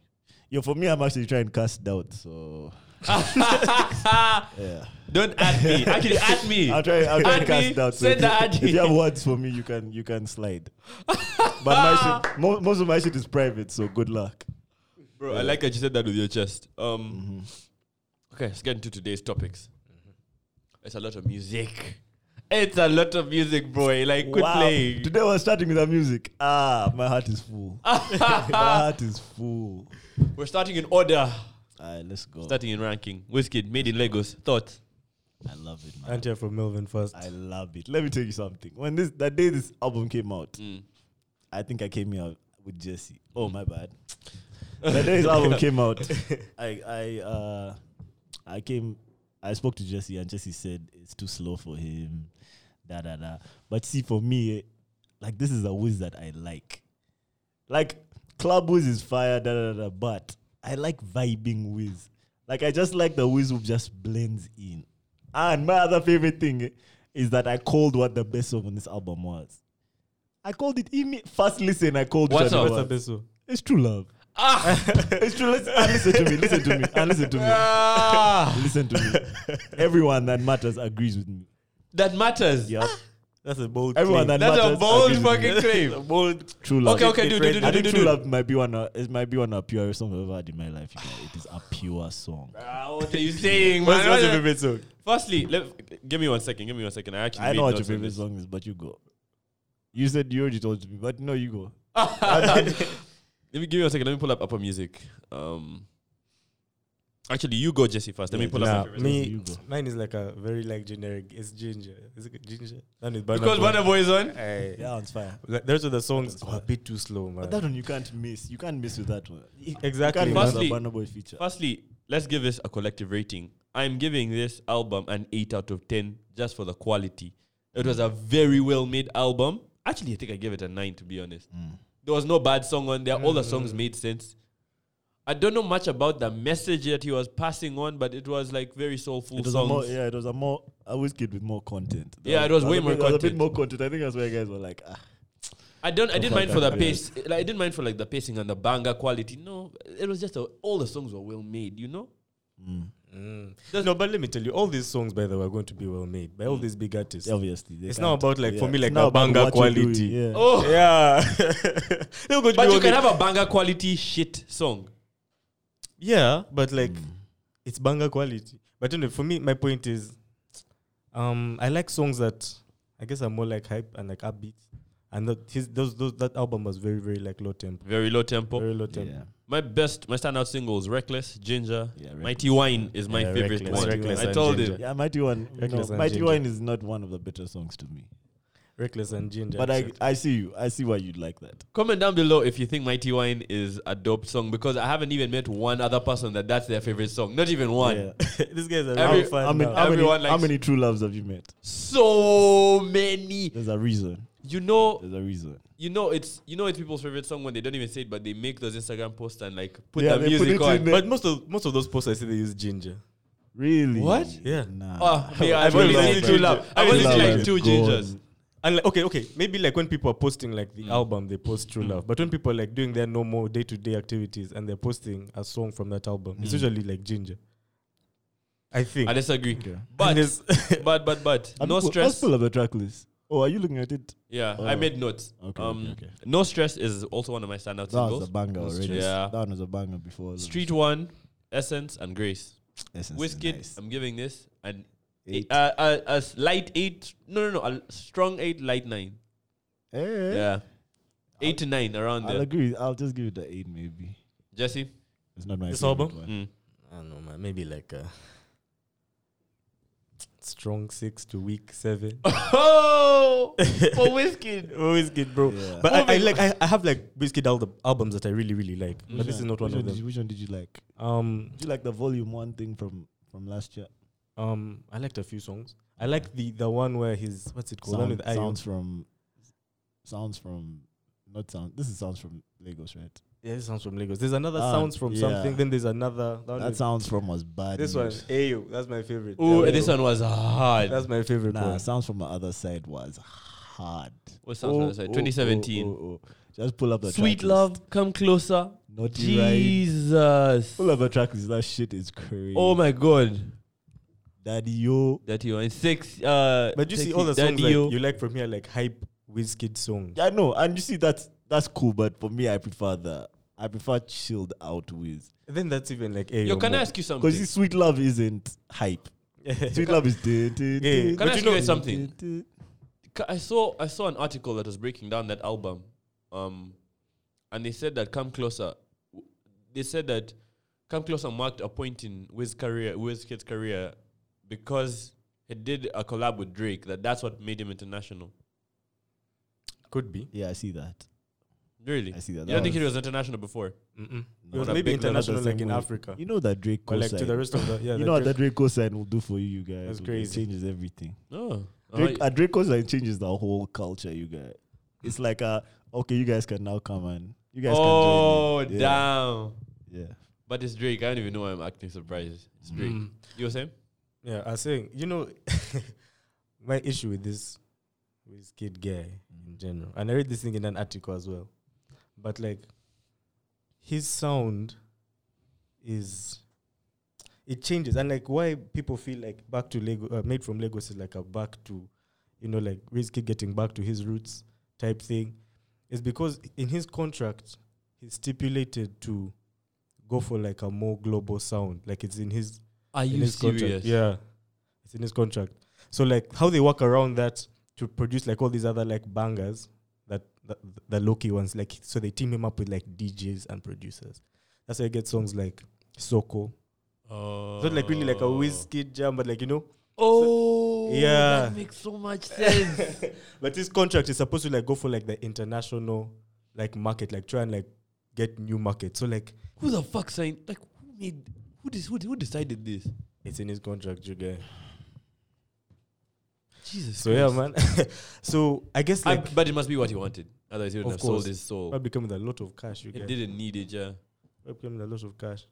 [SPEAKER 2] Yo, for me, I'm actually trying to cast doubt. So yeah,
[SPEAKER 1] Don't at me. Actually, at me.
[SPEAKER 2] I'll try. I'll try to
[SPEAKER 1] Adi,
[SPEAKER 2] cast doubt. So
[SPEAKER 1] send
[SPEAKER 2] if you-
[SPEAKER 1] the Adi.
[SPEAKER 2] if you have words for me, you can you can slide. but my shit, mo- most of my shit is private, so good luck.
[SPEAKER 1] Bro, I like that you said that with your chest. Um,
[SPEAKER 2] Mm-hmm.
[SPEAKER 1] Okay, let's get into today's topics. It's a lot of music. It's a lot of music, boy. Like, quit playing.
[SPEAKER 2] Today we're starting with the music. Ah, my heart is full. my heart is full.
[SPEAKER 1] We're starting in order.
[SPEAKER 2] All right, let's go.
[SPEAKER 1] Starting in ranking. Whiskey, made in Lagos. Thoughts?
[SPEAKER 2] I love it, man.
[SPEAKER 3] Antia from Melvin first.
[SPEAKER 2] I love it. Let me tell you something. When this that day this album came out,
[SPEAKER 1] Mm.
[SPEAKER 2] I think I came here with Jesse. Oh my bad. the day his album came out, I I uh, I came I spoke to Jesse and Jesse said it's too slow for him. Da da da. But see for me, eh, like this is a whiz that I like. Like club whiz is fire, da da da, da but I like vibing whiz. Like I just like the whiz who just blends in. And my other favorite thing eh, is that I called what the best song on this album was. I called it imme- first listen. I called
[SPEAKER 1] What
[SPEAKER 2] it.
[SPEAKER 1] song?
[SPEAKER 2] and it
[SPEAKER 1] What's
[SPEAKER 2] was-
[SPEAKER 1] the
[SPEAKER 3] Abesu.
[SPEAKER 2] It's true love. it's true. Listen, and listen to me. Listen to me. And listen to me.
[SPEAKER 1] Ah,
[SPEAKER 2] Listen to me. Everyone that matters agrees with me.
[SPEAKER 1] that matters.
[SPEAKER 2] Yep.
[SPEAKER 3] That's a bold
[SPEAKER 2] Everyone that
[SPEAKER 3] claim.
[SPEAKER 1] That's
[SPEAKER 2] matters.
[SPEAKER 1] a bold
[SPEAKER 2] agrees with me.
[SPEAKER 1] fucking claim.
[SPEAKER 3] bold.
[SPEAKER 2] True love.
[SPEAKER 1] Okay, okay,
[SPEAKER 3] It's
[SPEAKER 1] dude, dude, dude,
[SPEAKER 2] I
[SPEAKER 1] dude,
[SPEAKER 2] think
[SPEAKER 1] dude,
[SPEAKER 2] True
[SPEAKER 1] dude.
[SPEAKER 2] Love might be one. Of, it might be one of the purest songs I've ever had in my life. you guys. It is a pure song.
[SPEAKER 1] Ah, what are you saying,
[SPEAKER 3] What's,
[SPEAKER 1] man?
[SPEAKER 3] what's your favorite song?
[SPEAKER 1] Firstly, let, give me one second. Give me one second. I actually
[SPEAKER 2] I
[SPEAKER 1] made
[SPEAKER 2] know what your
[SPEAKER 1] notes on
[SPEAKER 2] favorite
[SPEAKER 1] this.
[SPEAKER 2] song is, but you go. You said you already told me, but no, you go.
[SPEAKER 1] Let me give you a second. Let me pull up Apple Music. Um, actually, you go Jesse first. Let
[SPEAKER 2] Yeah,
[SPEAKER 1] me pull
[SPEAKER 2] Jesse.
[SPEAKER 3] Nah,
[SPEAKER 1] up my favorite.
[SPEAKER 2] song. You
[SPEAKER 3] me,
[SPEAKER 2] go.
[SPEAKER 3] mine is like a very like generic. It's ginger. Is it ginger? That is
[SPEAKER 1] Because Burna Boy is on.
[SPEAKER 3] Aye.
[SPEAKER 2] That one's fire.
[SPEAKER 3] Like, Those are the songs
[SPEAKER 2] That's
[SPEAKER 3] were a
[SPEAKER 2] fine.
[SPEAKER 3] bit too slow, man.
[SPEAKER 2] But that one you can't miss. You can't miss with that one. You
[SPEAKER 3] exactly.
[SPEAKER 2] can't
[SPEAKER 3] man.
[SPEAKER 2] miss the
[SPEAKER 1] Firstly-
[SPEAKER 2] Burna Boy feature.
[SPEAKER 1] Firstly, let's give this a collective rating. I'm giving this album an eight out of ten just for the quality. It was a very well made album. Actually, I think I gave it a nine to be honest.
[SPEAKER 2] Hmm.
[SPEAKER 1] There was no bad song on there. All the songs made sense. I don't know much about the message that he was passing on, but it was like very soulful
[SPEAKER 2] It was
[SPEAKER 1] songs.
[SPEAKER 2] a more, yeah, it was a more a whiskey with more content. There
[SPEAKER 1] Yeah, it was
[SPEAKER 2] there
[SPEAKER 1] way
[SPEAKER 2] a
[SPEAKER 1] more
[SPEAKER 2] bit- there was a
[SPEAKER 1] content.
[SPEAKER 2] bit more content. I think that's why guys were like, ah,
[SPEAKER 1] I don't. I
[SPEAKER 2] Stuff
[SPEAKER 1] didn't
[SPEAKER 2] like
[SPEAKER 1] mind for
[SPEAKER 2] that,
[SPEAKER 1] the
[SPEAKER 2] yeah.
[SPEAKER 1] pace. Like, I didn't mind for like the pacing and the banger quality. No, it was just a, all the songs were well made. You know.
[SPEAKER 3] Mm. No, but let me tell you, all these songs, by the way, are going to be well made by all
[SPEAKER 1] Mm.
[SPEAKER 3] these big artists.
[SPEAKER 2] obviously. they
[SPEAKER 3] It's
[SPEAKER 2] can't-
[SPEAKER 3] not about like for
[SPEAKER 2] yeah,
[SPEAKER 3] me
[SPEAKER 2] it's
[SPEAKER 3] like
[SPEAKER 2] not
[SPEAKER 3] the
[SPEAKER 2] about what
[SPEAKER 3] banger
[SPEAKER 2] you're
[SPEAKER 3] quality.
[SPEAKER 2] doing, yeah.
[SPEAKER 1] Oh,
[SPEAKER 3] Yeah, they're going to be
[SPEAKER 1] but you
[SPEAKER 3] well
[SPEAKER 1] can
[SPEAKER 3] made.
[SPEAKER 1] have a banger quality shit song.
[SPEAKER 3] yeah, but like
[SPEAKER 1] Mm.
[SPEAKER 2] Mm.
[SPEAKER 3] it's banger quality. But anyway, for me, my point is, um, I like songs that I guess are more like hype and like upbeat, and that his those those that album was very very like low tempo,
[SPEAKER 1] Very low tempo.
[SPEAKER 3] very low tempo.
[SPEAKER 2] Yeah.
[SPEAKER 1] My best, my standout singles: "Reckless," "Ginger,"
[SPEAKER 2] Yeah,
[SPEAKER 1] "Mighty Wine" is my
[SPEAKER 3] Yeah,
[SPEAKER 1] favorite
[SPEAKER 3] Reckless,
[SPEAKER 1] one.
[SPEAKER 3] Reckless
[SPEAKER 1] I
[SPEAKER 3] and
[SPEAKER 1] told
[SPEAKER 3] Ginger.
[SPEAKER 1] him.
[SPEAKER 2] Yeah, Mighty One. you
[SPEAKER 3] Reckless
[SPEAKER 2] know,
[SPEAKER 3] and
[SPEAKER 2] Mighty
[SPEAKER 3] Ginger.
[SPEAKER 2] One is not one of the better songs to me.
[SPEAKER 3] Reckless and Ginger.
[SPEAKER 2] But I,
[SPEAKER 3] exactly.
[SPEAKER 2] I see you. I see why you'd like that.
[SPEAKER 1] Comment down below if you think "Mighty Wine" is a dope song because I haven't even met one other person that that's their favorite song. Not even one.
[SPEAKER 2] Yeah.
[SPEAKER 3] this guy's a
[SPEAKER 1] Every-
[SPEAKER 3] real fan.
[SPEAKER 2] How, many,
[SPEAKER 3] now.
[SPEAKER 2] how, many,
[SPEAKER 1] Everyone
[SPEAKER 2] how
[SPEAKER 1] likes-
[SPEAKER 2] many true loves have you met?
[SPEAKER 1] So many.
[SPEAKER 2] There's a reason.
[SPEAKER 1] You know,
[SPEAKER 2] There's a reason.
[SPEAKER 1] you know it's you know it's people's favorite song when they don't even say it, but they make those Instagram posts and like put
[SPEAKER 2] Yeah,
[SPEAKER 1] the
[SPEAKER 2] they put
[SPEAKER 1] music
[SPEAKER 2] it in
[SPEAKER 1] on.
[SPEAKER 2] there.
[SPEAKER 3] but most of most of those posts I see they use ginger.
[SPEAKER 2] Really?
[SPEAKER 1] What?
[SPEAKER 3] Yeah.
[SPEAKER 2] Nah.
[SPEAKER 1] Oh, me, I've
[SPEAKER 3] I've
[SPEAKER 1] only
[SPEAKER 3] only
[SPEAKER 1] seen
[SPEAKER 3] seen
[SPEAKER 1] two
[SPEAKER 3] ginger.
[SPEAKER 1] love. I've only
[SPEAKER 3] Love
[SPEAKER 1] seen like
[SPEAKER 3] and
[SPEAKER 1] two
[SPEAKER 2] gone.
[SPEAKER 1] gingers.
[SPEAKER 3] And like, okay, okay, maybe like when people are posting like
[SPEAKER 1] Mm.
[SPEAKER 3] the album, they post True Love. But when people are like doing their normal day to day activities and they're posting a song from that album,
[SPEAKER 1] Mm.
[SPEAKER 3] it's usually like Ginger. I think.
[SPEAKER 1] I disagree.
[SPEAKER 3] And
[SPEAKER 1] But,
[SPEAKER 3] it's-
[SPEAKER 1] but but but
[SPEAKER 2] Have you
[SPEAKER 1] no
[SPEAKER 2] pu-
[SPEAKER 1] stress.
[SPEAKER 2] Let's pull up the track list. Oh, are you looking at it?
[SPEAKER 1] Yeah, I
[SPEAKER 2] Oh.
[SPEAKER 1] made notes.
[SPEAKER 2] Okay,
[SPEAKER 1] um,
[SPEAKER 2] okay, okay.
[SPEAKER 1] No stress is also one of my standout
[SPEAKER 2] That was
[SPEAKER 1] singles.
[SPEAKER 2] a banger
[SPEAKER 3] No
[SPEAKER 2] already.
[SPEAKER 1] stress. Yeah.
[SPEAKER 2] That one was a banger before.
[SPEAKER 1] Street One, Essence, and Grace.
[SPEAKER 2] Essence is
[SPEAKER 1] Whiskey,
[SPEAKER 2] nice.
[SPEAKER 1] I'm giving this an
[SPEAKER 2] Eight.
[SPEAKER 1] eight. Uh, a, a s- light eight. No no no, a strong eight, light nine.
[SPEAKER 2] Eh.
[SPEAKER 1] Yeah, eight to nine around
[SPEAKER 2] I'll
[SPEAKER 1] there.
[SPEAKER 2] agree. I'll just give it an eight, maybe.
[SPEAKER 1] Jesse,
[SPEAKER 2] It's not my
[SPEAKER 3] This
[SPEAKER 2] favorite
[SPEAKER 3] album?
[SPEAKER 2] one.
[SPEAKER 1] Mm.
[SPEAKER 3] I don't know, man. Maybe like uh, a strong six to week seven.
[SPEAKER 1] oh, for whiskey.
[SPEAKER 3] Always good, bro.
[SPEAKER 2] Yeah.
[SPEAKER 3] But I, I
[SPEAKER 1] Moving
[SPEAKER 3] like I, I have like Whiskey al- albums that I really really like, but this is not one
[SPEAKER 2] which
[SPEAKER 3] of
[SPEAKER 2] did
[SPEAKER 3] them.
[SPEAKER 2] you- which one did you like?
[SPEAKER 3] Um,
[SPEAKER 2] Did you like the volume one thing from from last year?
[SPEAKER 3] um, I liked a few songs. I like the the one where his what's it called? The one
[SPEAKER 2] Sound,
[SPEAKER 3] with Ayo.
[SPEAKER 2] sounds from, sounds from, not sound. This is sounds from Lagos, right?
[SPEAKER 3] Yeah, this sounds from Lagos. There's another
[SPEAKER 2] Ah,
[SPEAKER 3] sounds from
[SPEAKER 2] yeah.
[SPEAKER 3] something. Then there's another. That one
[SPEAKER 2] That
[SPEAKER 3] is-
[SPEAKER 2] sounds from was bad.
[SPEAKER 3] this one,
[SPEAKER 2] news.
[SPEAKER 3] Ayo. That's my favorite.
[SPEAKER 1] Oh,
[SPEAKER 3] Yeah,
[SPEAKER 1] this
[SPEAKER 3] Ayo.
[SPEAKER 1] one was hard.
[SPEAKER 3] That's my favorite
[SPEAKER 2] Nah,
[SPEAKER 3] one.
[SPEAKER 2] sounds from the other side was hard.
[SPEAKER 1] What sounds like that? 2017.
[SPEAKER 2] oh, oh, oh. Just pull up the
[SPEAKER 1] Sweet
[SPEAKER 2] track
[SPEAKER 1] love,
[SPEAKER 2] list.
[SPEAKER 1] come closer.
[SPEAKER 2] Naughty right.
[SPEAKER 1] Jesus.
[SPEAKER 2] Pull up the track list. That shit is crazy.
[SPEAKER 1] Oh my God.
[SPEAKER 2] Daddy yo.
[SPEAKER 1] Dirty one six. Uh,
[SPEAKER 3] But you see
[SPEAKER 1] sexy
[SPEAKER 3] all the songs
[SPEAKER 1] Daddy
[SPEAKER 3] like,
[SPEAKER 1] O.
[SPEAKER 3] you like from here, like hype Wizkid songs.
[SPEAKER 2] I know, and you see that's that's cool, but for me, I prefer the I prefer chilled out with
[SPEAKER 3] Then that's even like Ayo.
[SPEAKER 1] Yo, can I
[SPEAKER 3] more.
[SPEAKER 1] ask you something?
[SPEAKER 2] because sweet love isn't hype. Sweet love is. Dun, dun,
[SPEAKER 3] Yeah,
[SPEAKER 2] dun,
[SPEAKER 3] Can
[SPEAKER 1] I
[SPEAKER 2] dun,
[SPEAKER 1] ask you
[SPEAKER 2] dun,
[SPEAKER 1] guys something?
[SPEAKER 2] dun, dun.
[SPEAKER 1] Ca- I saw I saw an article that was breaking down that album, um, and they said that "Come Closer," w- they said that "Come Closer" marked a point in Wiz career, Wizkid's career, because he did a collab with Drake. That that's what made him international.
[SPEAKER 3] Could be.
[SPEAKER 2] Yeah, I see that.
[SPEAKER 1] Really,
[SPEAKER 2] I see that.
[SPEAKER 1] you
[SPEAKER 2] That
[SPEAKER 1] don't think
[SPEAKER 2] was-
[SPEAKER 1] he was international before?
[SPEAKER 3] Mm-mm.
[SPEAKER 2] No,
[SPEAKER 3] It was
[SPEAKER 1] not
[SPEAKER 3] maybe
[SPEAKER 1] big level,
[SPEAKER 3] international,
[SPEAKER 2] that's the
[SPEAKER 3] like
[SPEAKER 2] same
[SPEAKER 3] in
[SPEAKER 2] way.
[SPEAKER 3] Africa.
[SPEAKER 2] you know that Drake
[SPEAKER 3] But like to the
[SPEAKER 2] cosign-
[SPEAKER 3] rest of the yeah,
[SPEAKER 2] you
[SPEAKER 3] the
[SPEAKER 2] know what that
[SPEAKER 3] Drake-
[SPEAKER 2] Drake cosign will do for you, you guys.
[SPEAKER 3] That's
[SPEAKER 2] It
[SPEAKER 3] crazy.
[SPEAKER 2] changes everything.
[SPEAKER 1] Oh,
[SPEAKER 2] Drake,
[SPEAKER 1] uh,
[SPEAKER 2] a Drake cosign changes the whole culture, you guys. It's like a okay, you guys can now come and you guys
[SPEAKER 1] oh
[SPEAKER 2] can join me. yeah.
[SPEAKER 1] damn!
[SPEAKER 2] yeah.
[SPEAKER 1] But it's Drake. I don't even know why I'm acting surprised. It's Drake.
[SPEAKER 3] Mm.
[SPEAKER 1] You were saying?
[SPEAKER 3] Yeah, I was saying, you know, my issue with this with kid guy in general, and I read this thing in an article as well, but like his sound is it changes, and like why people feel like back to Lego, uh, made from Lagos is like a back to, you know, like Rizky getting back to his roots type thing, is because in his contract he stipulated to go for like a more global sound, like it's in his
[SPEAKER 1] Are
[SPEAKER 3] in his contract. Yeah, it's in his contract. So like how they work around that to produce like all these other like bangers that the, the Loki ones like so they team him up with like DJs and producers. That's how you get songs like Soko.
[SPEAKER 1] Oh.
[SPEAKER 3] It's not like really like a whiskey jam, but like you know.
[SPEAKER 1] Oh,
[SPEAKER 3] Yeah.
[SPEAKER 1] that makes so much sense.
[SPEAKER 3] but his contract is supposed to like go for like the international like market, like try and like get new market. So like
[SPEAKER 1] who the fuck signed? Like, who made? Who dis, who, who decided this?
[SPEAKER 3] it's in his contract, you guys.
[SPEAKER 1] Jesus.
[SPEAKER 3] So yeah, man. so I guess like
[SPEAKER 1] but it must be what he wanted. Otherwise, he would
[SPEAKER 3] Of
[SPEAKER 1] have
[SPEAKER 3] course.
[SPEAKER 1] sold his soul.
[SPEAKER 3] probably come with a lot of cash. You
[SPEAKER 1] He
[SPEAKER 3] guys.
[SPEAKER 1] didn't need it, yeah.
[SPEAKER 3] becoming a lot of cash.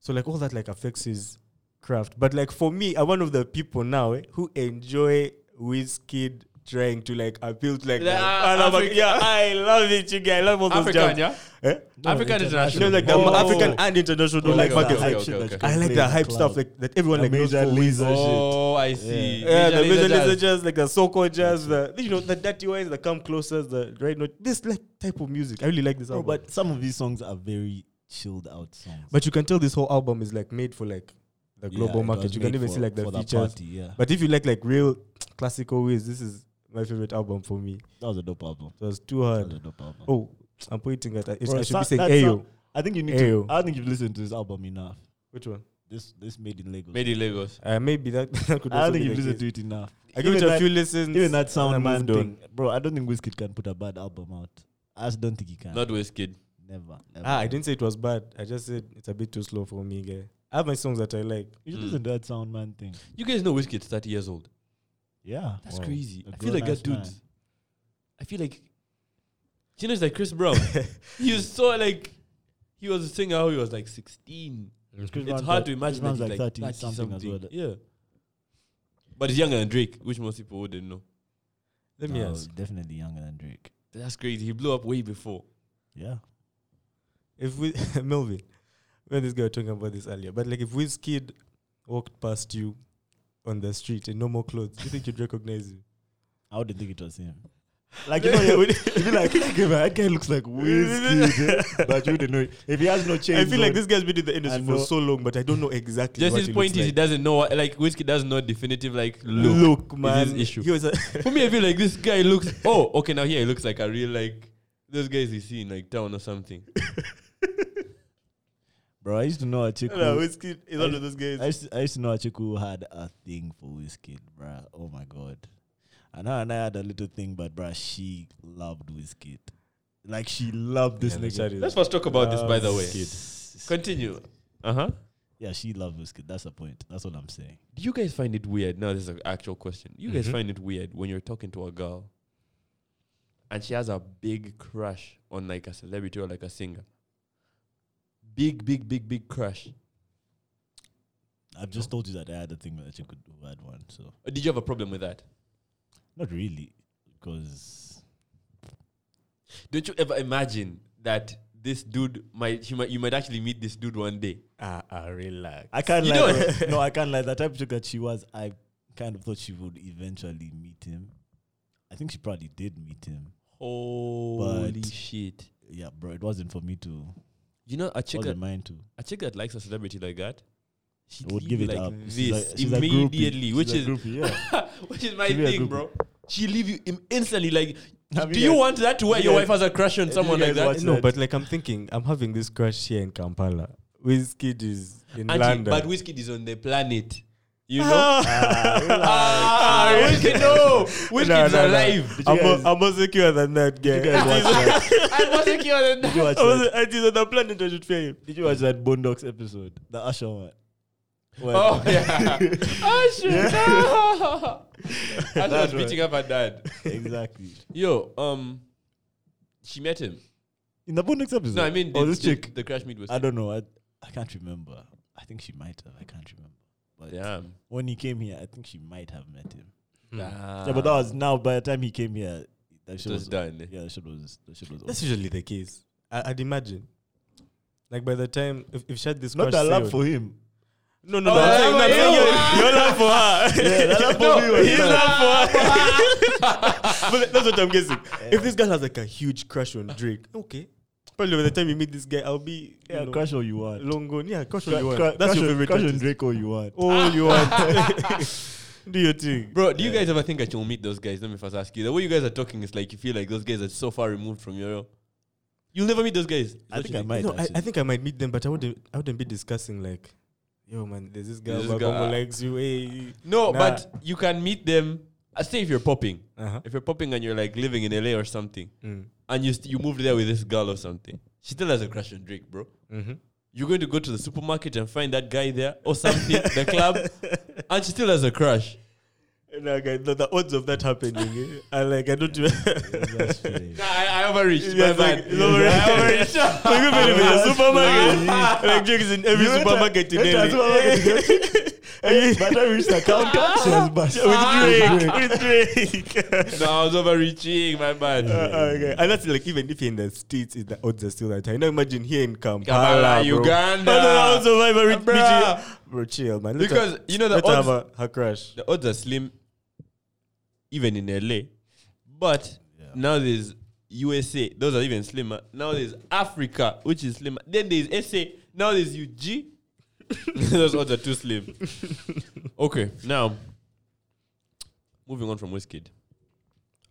[SPEAKER 3] So like all that like affects his craft. But like for me, I'm one of the people now eh, who enjoy whiskey trying to like appeal to like
[SPEAKER 1] The,
[SPEAKER 3] the-
[SPEAKER 1] uh,
[SPEAKER 3] and I'm like,
[SPEAKER 1] Afri-
[SPEAKER 3] yeah, I love it, you guys. I love all those
[SPEAKER 1] African,
[SPEAKER 3] jams.
[SPEAKER 1] yeah.
[SPEAKER 3] Eh?
[SPEAKER 1] African
[SPEAKER 3] You
[SPEAKER 1] international.
[SPEAKER 3] know, like the
[SPEAKER 2] Oh.
[SPEAKER 3] African and international
[SPEAKER 2] Oh,
[SPEAKER 3] like
[SPEAKER 1] okay,
[SPEAKER 3] market.
[SPEAKER 1] okay,
[SPEAKER 3] hype.
[SPEAKER 1] okay, okay.
[SPEAKER 3] I like the hype stuff like that everyone like knows
[SPEAKER 2] major
[SPEAKER 3] for
[SPEAKER 2] laser
[SPEAKER 3] whiskey.
[SPEAKER 2] shit.
[SPEAKER 1] Oh, I see.
[SPEAKER 3] Yeah, the major
[SPEAKER 1] jazz.
[SPEAKER 3] laser jazz, like the so-called jazz, the you know the dirty ones, the come closer, the right note. This like type of music, I really like this
[SPEAKER 2] No,
[SPEAKER 3] album.
[SPEAKER 2] but some of these songs are very chilled out songs.
[SPEAKER 3] But you can tell this whole album is like made for like the
[SPEAKER 2] Yeah,
[SPEAKER 3] global
[SPEAKER 2] it
[SPEAKER 3] market.
[SPEAKER 2] was
[SPEAKER 3] You can
[SPEAKER 2] made
[SPEAKER 3] even
[SPEAKER 2] for-
[SPEAKER 3] see like the
[SPEAKER 2] for
[SPEAKER 3] features.
[SPEAKER 2] party, yeah.
[SPEAKER 3] but if you like like real classical ways, this is my favorite album for me.
[SPEAKER 2] that was a dope album.
[SPEAKER 3] It was too
[SPEAKER 2] That was a
[SPEAKER 3] hard.
[SPEAKER 2] dope album.
[SPEAKER 3] Oh, I'm pointing at it.
[SPEAKER 2] Bro,
[SPEAKER 3] I should be
[SPEAKER 2] that-
[SPEAKER 3] saying
[SPEAKER 2] that
[SPEAKER 3] Ayo.
[SPEAKER 2] song- I think you need
[SPEAKER 3] Ayo.
[SPEAKER 2] to. I think you've listened to this album enough.
[SPEAKER 3] Which one?
[SPEAKER 2] This this made in Lagos.
[SPEAKER 1] Made in Lagos.
[SPEAKER 3] Uh, maybe that, that could
[SPEAKER 2] I
[SPEAKER 3] also
[SPEAKER 2] don't think
[SPEAKER 3] be
[SPEAKER 2] you've
[SPEAKER 3] the
[SPEAKER 2] listened
[SPEAKER 3] case.
[SPEAKER 2] to it enough.
[SPEAKER 3] I give it
[SPEAKER 2] Even
[SPEAKER 3] a
[SPEAKER 2] that-
[SPEAKER 3] few listens.
[SPEAKER 2] Even that
[SPEAKER 3] and I
[SPEAKER 2] sound man
[SPEAKER 3] moved on.
[SPEAKER 2] thing, bro. I don't think Wizkid can put a bad album out. I just don't think he can.
[SPEAKER 1] Not Wizkid.
[SPEAKER 2] never. Ever.
[SPEAKER 3] Ah, I didn't say it was bad. I just said it's a bit too slow for me, guy. I have my songs that I like.
[SPEAKER 2] You should
[SPEAKER 1] Mm.
[SPEAKER 2] listen to that sound man thing.
[SPEAKER 1] You guys know Wizkid's 30 years old.
[SPEAKER 2] Yeah.
[SPEAKER 1] That's
[SPEAKER 3] Wow.
[SPEAKER 1] crazy.
[SPEAKER 2] A
[SPEAKER 1] I feel like that dude.
[SPEAKER 2] grown-ass man.
[SPEAKER 1] I feel like. Do you know it's like Chris Brown? he was so like. He was a singer how he was like 16.
[SPEAKER 2] Chris
[SPEAKER 1] it's
[SPEAKER 2] Brown's
[SPEAKER 1] hard
[SPEAKER 2] like-
[SPEAKER 1] to
[SPEAKER 2] Chris
[SPEAKER 1] imagine that
[SPEAKER 2] Brown's
[SPEAKER 1] he's like, 30, something,
[SPEAKER 2] as well.
[SPEAKER 1] Yeah. But he's younger than Drake, which most people wouldn't know.
[SPEAKER 3] Let me
[SPEAKER 2] No,
[SPEAKER 3] ask.
[SPEAKER 2] Oh, Definitely younger than Drake.
[SPEAKER 1] That's crazy. He blew up way before.
[SPEAKER 2] Yeah.
[SPEAKER 3] if we Melvin, when this guy was talking about this earlier, but like if Wizkid walked past you on the street in normal clothes, do you think you'd recognize him?
[SPEAKER 2] I wouldn't think it was him. Like you know, you would you'd be like, okay, man, that guy looks like whiskey, but you wouldn't know it. if he has no change.
[SPEAKER 3] I feel like this guy's been in the
[SPEAKER 2] I
[SPEAKER 3] industry
[SPEAKER 2] know.
[SPEAKER 3] for so long, but I don't know exactly.
[SPEAKER 1] Just
[SPEAKER 3] what
[SPEAKER 1] his
[SPEAKER 3] he
[SPEAKER 1] point
[SPEAKER 3] looks
[SPEAKER 1] is he
[SPEAKER 3] like.
[SPEAKER 1] doesn't know what, like Whiskey doesn't know definitive like
[SPEAKER 3] look,
[SPEAKER 1] look.
[SPEAKER 3] man.
[SPEAKER 1] issue.
[SPEAKER 3] He was a
[SPEAKER 1] For me, I feel like this guy looks oh, okay, now here he looks like a real like those guys you see in like town or something.
[SPEAKER 2] bro. I used to know a chick.
[SPEAKER 3] no,
[SPEAKER 2] who-
[SPEAKER 3] Wizkid is one of those
[SPEAKER 2] I
[SPEAKER 3] guys.
[SPEAKER 2] used, to, I used to know a chick who had a thing for whiskey, bruh. Oh my god. And her and I had a little thing, but bruh, she loved whiskey. Like she loved this
[SPEAKER 3] Yeah,
[SPEAKER 2] nigga.
[SPEAKER 3] Richard is-
[SPEAKER 1] Let's first talk about this by the way.
[SPEAKER 2] Wizkid.
[SPEAKER 1] Continue. Uh-huh.
[SPEAKER 2] Yeah, she loved whiskey. That's the point. That's what I'm saying.
[SPEAKER 1] Do you guys find it weird? Now this is an actual question. You guys
[SPEAKER 3] Mhm.
[SPEAKER 1] find it weird when you're talking to a girl and she has a big crush on like a celebrity or like a singer. big, big, big, big crush?
[SPEAKER 2] I've just told you that I had a thing that you could who had one. So
[SPEAKER 1] Or Uh, did you have a problem with that?
[SPEAKER 2] not really, because
[SPEAKER 1] Don't you ever imagine that this dude might you might you might actually meet this dude one day?
[SPEAKER 3] Ah, ah, relax.
[SPEAKER 2] I can't
[SPEAKER 1] You
[SPEAKER 2] lie. no, I can't lie. The type of chick that she was, I kind of thought she would eventually meet him. I think she probably did meet him.
[SPEAKER 1] Holy shit!
[SPEAKER 2] Yeah, bro, it wasn't for me to.
[SPEAKER 1] You know a chick
[SPEAKER 2] wasn't
[SPEAKER 1] that,
[SPEAKER 2] mine to.
[SPEAKER 1] a chick that likes a celebrity like that, she
[SPEAKER 2] I would give it
[SPEAKER 1] like
[SPEAKER 2] up.
[SPEAKER 1] this
[SPEAKER 2] She's like- she's a groupie.
[SPEAKER 1] immediately,
[SPEAKER 2] She's
[SPEAKER 1] which
[SPEAKER 2] a
[SPEAKER 1] is
[SPEAKER 2] groupie, yeah.
[SPEAKER 1] which is my
[SPEAKER 2] She's a
[SPEAKER 1] thing,
[SPEAKER 2] groupie.
[SPEAKER 1] bro. She leave you im- instantly. Like,
[SPEAKER 2] Have
[SPEAKER 1] do
[SPEAKER 2] you
[SPEAKER 1] you
[SPEAKER 2] guys-
[SPEAKER 1] want that to where
[SPEAKER 2] have
[SPEAKER 1] your
[SPEAKER 2] you
[SPEAKER 1] wife has a crush on
[SPEAKER 2] you
[SPEAKER 1] someone like
[SPEAKER 2] guys
[SPEAKER 1] that?
[SPEAKER 2] watched
[SPEAKER 3] no,
[SPEAKER 2] that?
[SPEAKER 3] but like I'm thinking, I'm having this crush here in Kampala. Wizkid is in
[SPEAKER 1] Auntie,
[SPEAKER 3] London.
[SPEAKER 1] but whiskey is on the planet. You know?
[SPEAKER 2] Ah,
[SPEAKER 1] ah, whiskey, no, whiskey
[SPEAKER 3] No,
[SPEAKER 1] is
[SPEAKER 3] no, no.
[SPEAKER 1] alive.
[SPEAKER 2] Did
[SPEAKER 3] I'm,
[SPEAKER 2] you
[SPEAKER 3] more,
[SPEAKER 2] guys-
[SPEAKER 3] I'm more secure than that guy.
[SPEAKER 2] Did you guys watch that?
[SPEAKER 1] I'm more secure than
[SPEAKER 2] Did
[SPEAKER 1] that.
[SPEAKER 2] you watch
[SPEAKER 3] I was,
[SPEAKER 2] that?
[SPEAKER 3] I on the planet. I should fear him.
[SPEAKER 2] Did you watch that Boondocks episode? The Usher one. Where-
[SPEAKER 1] Oh yeah. oh shit. No. I was
[SPEAKER 2] That's right.
[SPEAKER 1] beating up her dad.
[SPEAKER 2] exactly.
[SPEAKER 1] Yo, um, she met him.
[SPEAKER 2] In the Boondocks episode.
[SPEAKER 1] No, I mean,
[SPEAKER 2] oh,
[SPEAKER 1] the-
[SPEAKER 2] this
[SPEAKER 1] the-
[SPEAKER 2] chick.
[SPEAKER 1] The crash meet was.
[SPEAKER 2] I don't know. I, I can't remember. I think she might have. I can't remember. But
[SPEAKER 1] Damn.
[SPEAKER 2] when he came here, I think she might have met him.
[SPEAKER 3] Ah.
[SPEAKER 1] Nah.
[SPEAKER 2] yeah, but that was now. By the time he came here, that
[SPEAKER 1] it
[SPEAKER 2] shit
[SPEAKER 1] was
[SPEAKER 2] was,
[SPEAKER 1] done.
[SPEAKER 2] Yeah, that shit was. That shit was.
[SPEAKER 3] eh? That's
[SPEAKER 2] over.
[SPEAKER 3] usually the case. I, I'd imagine. Like by the time if, if she had this
[SPEAKER 2] Not
[SPEAKER 3] crush
[SPEAKER 2] that love
[SPEAKER 3] sealed-
[SPEAKER 2] for him.
[SPEAKER 3] no no no,
[SPEAKER 1] Oh,
[SPEAKER 3] I'm
[SPEAKER 1] yeah, yeah,
[SPEAKER 3] saying- no, I'm saying
[SPEAKER 1] yeah.
[SPEAKER 3] your, your love for her
[SPEAKER 2] Yeah, that love for me was
[SPEAKER 3] his
[SPEAKER 2] bad.
[SPEAKER 3] love for her but that's what I'm guessing if this girl has like a huge crush on Drake okay probably by the time you meet this guy I'll be you
[SPEAKER 2] Yeah,
[SPEAKER 3] know,
[SPEAKER 2] crush all you want.
[SPEAKER 3] long gone yeah crush
[SPEAKER 2] Cru-
[SPEAKER 3] on you
[SPEAKER 2] cru-
[SPEAKER 3] want that's
[SPEAKER 2] crush
[SPEAKER 3] your
[SPEAKER 2] on-
[SPEAKER 3] favorite
[SPEAKER 2] Crush on
[SPEAKER 3] artist.
[SPEAKER 2] Drake all you want.
[SPEAKER 3] all you want do your thing
[SPEAKER 1] Bro, do you guys ever think that you'll meet those guys? Let me first ask you. The way you guys are talking is like you feel like those guys are so far removed from your. You'll never meet those guys. Is
[SPEAKER 2] I
[SPEAKER 1] what
[SPEAKER 2] think
[SPEAKER 1] you
[SPEAKER 2] I might.
[SPEAKER 3] no I, I
[SPEAKER 2] actually.
[SPEAKER 3] think I might meet them but I wouldn't I wouldn't be discussing like yo man there's this guy
[SPEAKER 1] There's
[SPEAKER 3] who
[SPEAKER 1] this guy.
[SPEAKER 3] likes you hey
[SPEAKER 1] No,
[SPEAKER 3] Nah.
[SPEAKER 1] but you can meet them. I say if you're popping,
[SPEAKER 3] uh-huh
[SPEAKER 1] if you're popping and you're like living in LA or something,
[SPEAKER 3] mm.
[SPEAKER 1] and you st- you moved there with this girl or something, she still has a crush on Drake, bro.
[SPEAKER 3] mm-hmm
[SPEAKER 1] You're going to go to the supermarket and find that guy there or something, the club, and she still has a crush.
[SPEAKER 3] Like, I, the, the odds of that happening, eh, I like I don't. even-
[SPEAKER 2] That's fair.
[SPEAKER 1] Nah, I, I overreached.
[SPEAKER 3] Yeah,
[SPEAKER 1] My
[SPEAKER 3] it's like,
[SPEAKER 1] bad.
[SPEAKER 3] it's overreached.
[SPEAKER 1] I overreached.
[SPEAKER 3] like even if it's a supermarket, like Drake is in every
[SPEAKER 2] You went to-
[SPEAKER 3] supermarket in
[SPEAKER 2] went to a supermarket
[SPEAKER 3] Delhi.
[SPEAKER 2] Hey, By the time we reached the counter, she was back.
[SPEAKER 3] with Drake, with Drake.
[SPEAKER 1] no, I was overreaching. My bad.
[SPEAKER 3] Uh, uh, okay. And that's like even if you're in the states, it, the odds are still that high. Now imagine here in Kampala,
[SPEAKER 1] Kampala,
[SPEAKER 3] bro. uh,
[SPEAKER 1] Uganda.
[SPEAKER 3] I don't know how survivor reach
[SPEAKER 1] Bruh.
[SPEAKER 3] BG. Bro, chill, man. Let her-
[SPEAKER 1] Because you know the
[SPEAKER 3] let her have
[SPEAKER 1] odds,
[SPEAKER 3] a, her crush.
[SPEAKER 1] the odds are slim, even in LA. But
[SPEAKER 2] Yeah.
[SPEAKER 1] now there's USA, those are even slimmer. Now there's Africa, which is slimmer. Then there's SA. Now there's UG. those odds are too slim. okay, now moving on from Wizkid,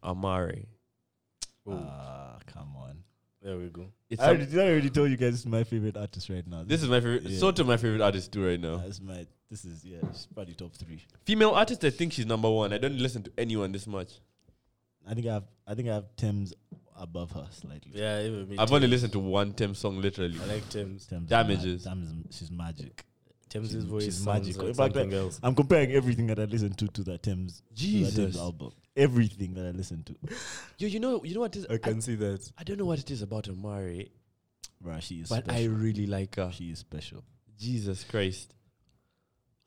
[SPEAKER 1] Amari.
[SPEAKER 2] Ah, come on.
[SPEAKER 3] There we go.
[SPEAKER 1] It's
[SPEAKER 2] I
[SPEAKER 1] some-
[SPEAKER 2] already, did I already told you guys this is my favorite artist right now.
[SPEAKER 1] this is my favorite,
[SPEAKER 2] Yeah.
[SPEAKER 1] sort of my favorite artist too right now.
[SPEAKER 2] That's my. This is yeah. It's probably top three.
[SPEAKER 1] Female artist, I think she's number one. I don't listen to anyone this much.
[SPEAKER 2] I think I have. I think I have Thames above her slightly.
[SPEAKER 3] Yeah, even me.
[SPEAKER 1] I've only listened to one Tim song literally.
[SPEAKER 3] like Thames.
[SPEAKER 2] Thames is
[SPEAKER 1] Damages.
[SPEAKER 2] Ma- Thames, is- she's magic.
[SPEAKER 3] Thames'
[SPEAKER 2] She's-
[SPEAKER 3] voice
[SPEAKER 2] she's
[SPEAKER 3] sounds
[SPEAKER 2] magical.
[SPEAKER 3] like
[SPEAKER 2] In fact,
[SPEAKER 3] something else.
[SPEAKER 2] I'm comparing everything that I listen to to that Thames. to that Thames
[SPEAKER 1] Jesus.
[SPEAKER 3] um,
[SPEAKER 2] album. Everything that I listen to,
[SPEAKER 1] Yo, you know, you know what it is.
[SPEAKER 3] I can see that.
[SPEAKER 1] I don't know what it is about Amari,
[SPEAKER 2] bruh, she is.
[SPEAKER 1] but I
[SPEAKER 2] special.
[SPEAKER 1] really like her.
[SPEAKER 2] she is special.
[SPEAKER 1] Jesus Christ.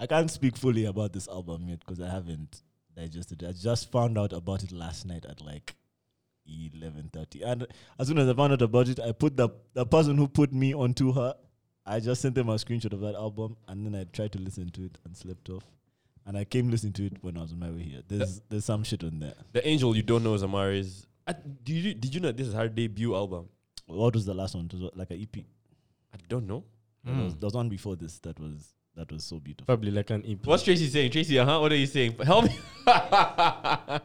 [SPEAKER 2] I can't speak fully about this album yet because I haven't digested it. I just found out about it last night at like eleven thirty, and as soon as I found out about it, I put the the person who put me onto her. I just sent them a screenshot of that album, and then I tried to listen to it and slept off. And I came listening to it when I was on my way here. There's there's some shit on there.
[SPEAKER 1] The angel you don't know is Amari's. I, did, you, did you know this is her debut album?
[SPEAKER 2] What was the last one? It was like an EP.
[SPEAKER 1] I don't know.
[SPEAKER 2] There, was, there was one before this that was that was so beautiful.
[SPEAKER 3] Probably like an E EP.
[SPEAKER 1] What's Tracy saying? Tracy, uh huh. What are you saying? Help me. uh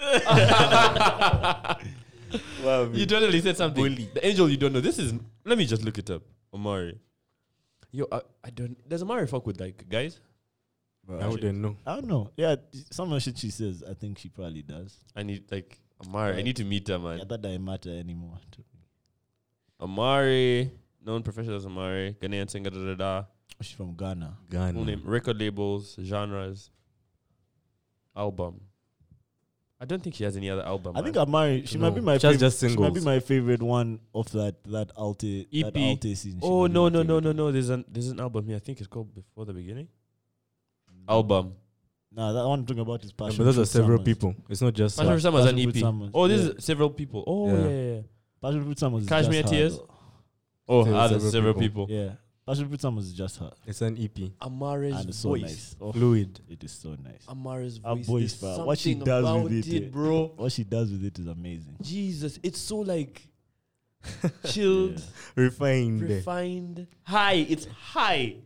[SPEAKER 1] huh. you totally said something. The angel you don't know. This is. Let me just look it up. Amari. Yo, I, I don't. Does Amari fuck with like guys?
[SPEAKER 2] Bro,
[SPEAKER 3] I wouldn't know.
[SPEAKER 2] I don't know. Yeah, some of the shit she says, I think she probably does.
[SPEAKER 1] I need like Amari. I need to meet her, man.
[SPEAKER 2] Yeah, that doesn't matter anymore. to me.
[SPEAKER 1] Amari, known professional as Amari, Ghanaian singer, da da da.
[SPEAKER 2] She's from Ghana.
[SPEAKER 1] Full name, record labels, genres, album. I don't think she has any other album.
[SPEAKER 2] I think
[SPEAKER 1] man.
[SPEAKER 2] Amari, she might
[SPEAKER 3] No,
[SPEAKER 2] be my
[SPEAKER 3] she has
[SPEAKER 2] fav-
[SPEAKER 3] just
[SPEAKER 2] She might be
[SPEAKER 3] singles.
[SPEAKER 2] my favorite one of that that Alte that
[SPEAKER 1] EP.
[SPEAKER 2] Alte scene. She
[SPEAKER 1] Oh
[SPEAKER 2] might be
[SPEAKER 1] no
[SPEAKER 2] my
[SPEAKER 1] no no
[SPEAKER 2] favorite
[SPEAKER 1] no
[SPEAKER 2] one.
[SPEAKER 1] no! There's an there's an album here. I think it's called Before the Beginning. Album.
[SPEAKER 2] Nah, that one I'm talking about is
[SPEAKER 3] Yeah,
[SPEAKER 2] passion.
[SPEAKER 3] but those are
[SPEAKER 2] Fruit
[SPEAKER 3] several
[SPEAKER 2] Summers.
[SPEAKER 3] people. It's not just.
[SPEAKER 1] Passion
[SPEAKER 3] her.
[SPEAKER 1] Fruit Summer is an
[SPEAKER 2] Passion Fruit
[SPEAKER 1] EP.
[SPEAKER 2] Summer,
[SPEAKER 1] Oh, this
[SPEAKER 2] yeah.
[SPEAKER 1] is several people. Oh
[SPEAKER 3] Yeah.
[SPEAKER 1] yeah yeah. yeah.
[SPEAKER 2] Passion Fruit Summers. is
[SPEAKER 1] Kashmir
[SPEAKER 2] just her,
[SPEAKER 1] Tears?
[SPEAKER 2] though.
[SPEAKER 1] Oh,
[SPEAKER 3] Several
[SPEAKER 1] ah, there's
[SPEAKER 3] people.
[SPEAKER 1] several people.
[SPEAKER 2] Yeah, Passion Fruit Summers is just her,
[SPEAKER 3] It's an EP.
[SPEAKER 1] Amare's
[SPEAKER 2] and it's so nice. Oh,
[SPEAKER 3] Fluid.
[SPEAKER 2] it is so nice.
[SPEAKER 1] Amare's
[SPEAKER 2] Her voice, bruh. What she does with it, eh.
[SPEAKER 1] bro.
[SPEAKER 2] What she does with it is amazing.
[SPEAKER 1] Jesus, it's so like
[SPEAKER 2] Yeah.
[SPEAKER 1] chilled,
[SPEAKER 2] Mm-hmm.
[SPEAKER 3] Refined.
[SPEAKER 1] refined, high. It's high,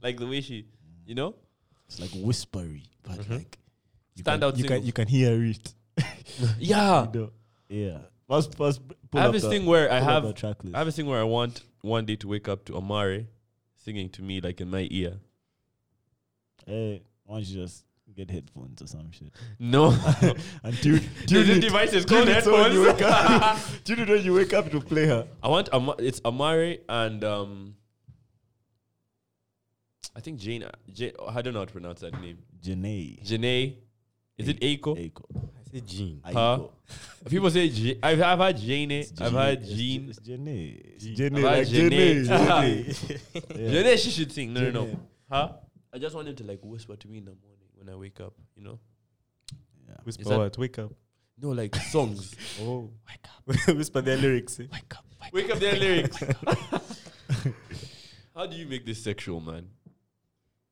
[SPEAKER 1] like the way she, you know.
[SPEAKER 2] It's like whispery, but
[SPEAKER 3] Mm-hmm.
[SPEAKER 1] Mhm.
[SPEAKER 2] like you
[SPEAKER 1] Stand
[SPEAKER 2] can,
[SPEAKER 1] out
[SPEAKER 2] You can
[SPEAKER 1] single.
[SPEAKER 2] you can hear it.
[SPEAKER 1] Yeah,
[SPEAKER 2] You know? Yeah. Let's, let's
[SPEAKER 1] I
[SPEAKER 2] pull
[SPEAKER 1] have
[SPEAKER 2] up
[SPEAKER 1] this
[SPEAKER 2] the-
[SPEAKER 1] thing where I
[SPEAKER 2] pull up
[SPEAKER 1] have
[SPEAKER 2] the track list.
[SPEAKER 1] I have a thing where I want one day to wake up to Amare singing to me like in my ear.
[SPEAKER 2] Hey, why don't you just get headphones or some shit?
[SPEAKER 1] No,
[SPEAKER 2] And tune, tune
[SPEAKER 1] There's a
[SPEAKER 2] it.
[SPEAKER 1] device is
[SPEAKER 2] Tune
[SPEAKER 1] called
[SPEAKER 2] it so when you wake up.
[SPEAKER 1] headphones.
[SPEAKER 2] tune it when you wake up to play her.
[SPEAKER 1] I want Ama- it's Amare and um, I think Jane. Jane I don't know how to pronounce that name.
[SPEAKER 2] Janae.
[SPEAKER 1] Janae, is it Aiko?
[SPEAKER 2] Aiko.
[SPEAKER 3] I say Gene.
[SPEAKER 1] Huh? People say J- I've, I've had Jane. I've had
[SPEAKER 2] It's
[SPEAKER 1] Eh, Jean.
[SPEAKER 2] It's Janae. It's
[SPEAKER 3] Jean.
[SPEAKER 2] Janae.
[SPEAKER 1] I've had
[SPEAKER 2] Like
[SPEAKER 1] Janae.
[SPEAKER 2] Janae. Janae. Yeah.
[SPEAKER 1] Janae, she should sing. No, no, no.
[SPEAKER 2] Janae.
[SPEAKER 1] Huh? I just want him to like whisper to me in the morning when I wake up. You know?
[SPEAKER 2] Yeah.
[SPEAKER 1] Is
[SPEAKER 3] Whisper
[SPEAKER 1] that-
[SPEAKER 3] what? Wake up.
[SPEAKER 1] No, like songs.
[SPEAKER 3] Oh. Wake up. Whisper their lyrics. eh?
[SPEAKER 1] wake up. Wake, up their lyrics. How do you make this sexual, man?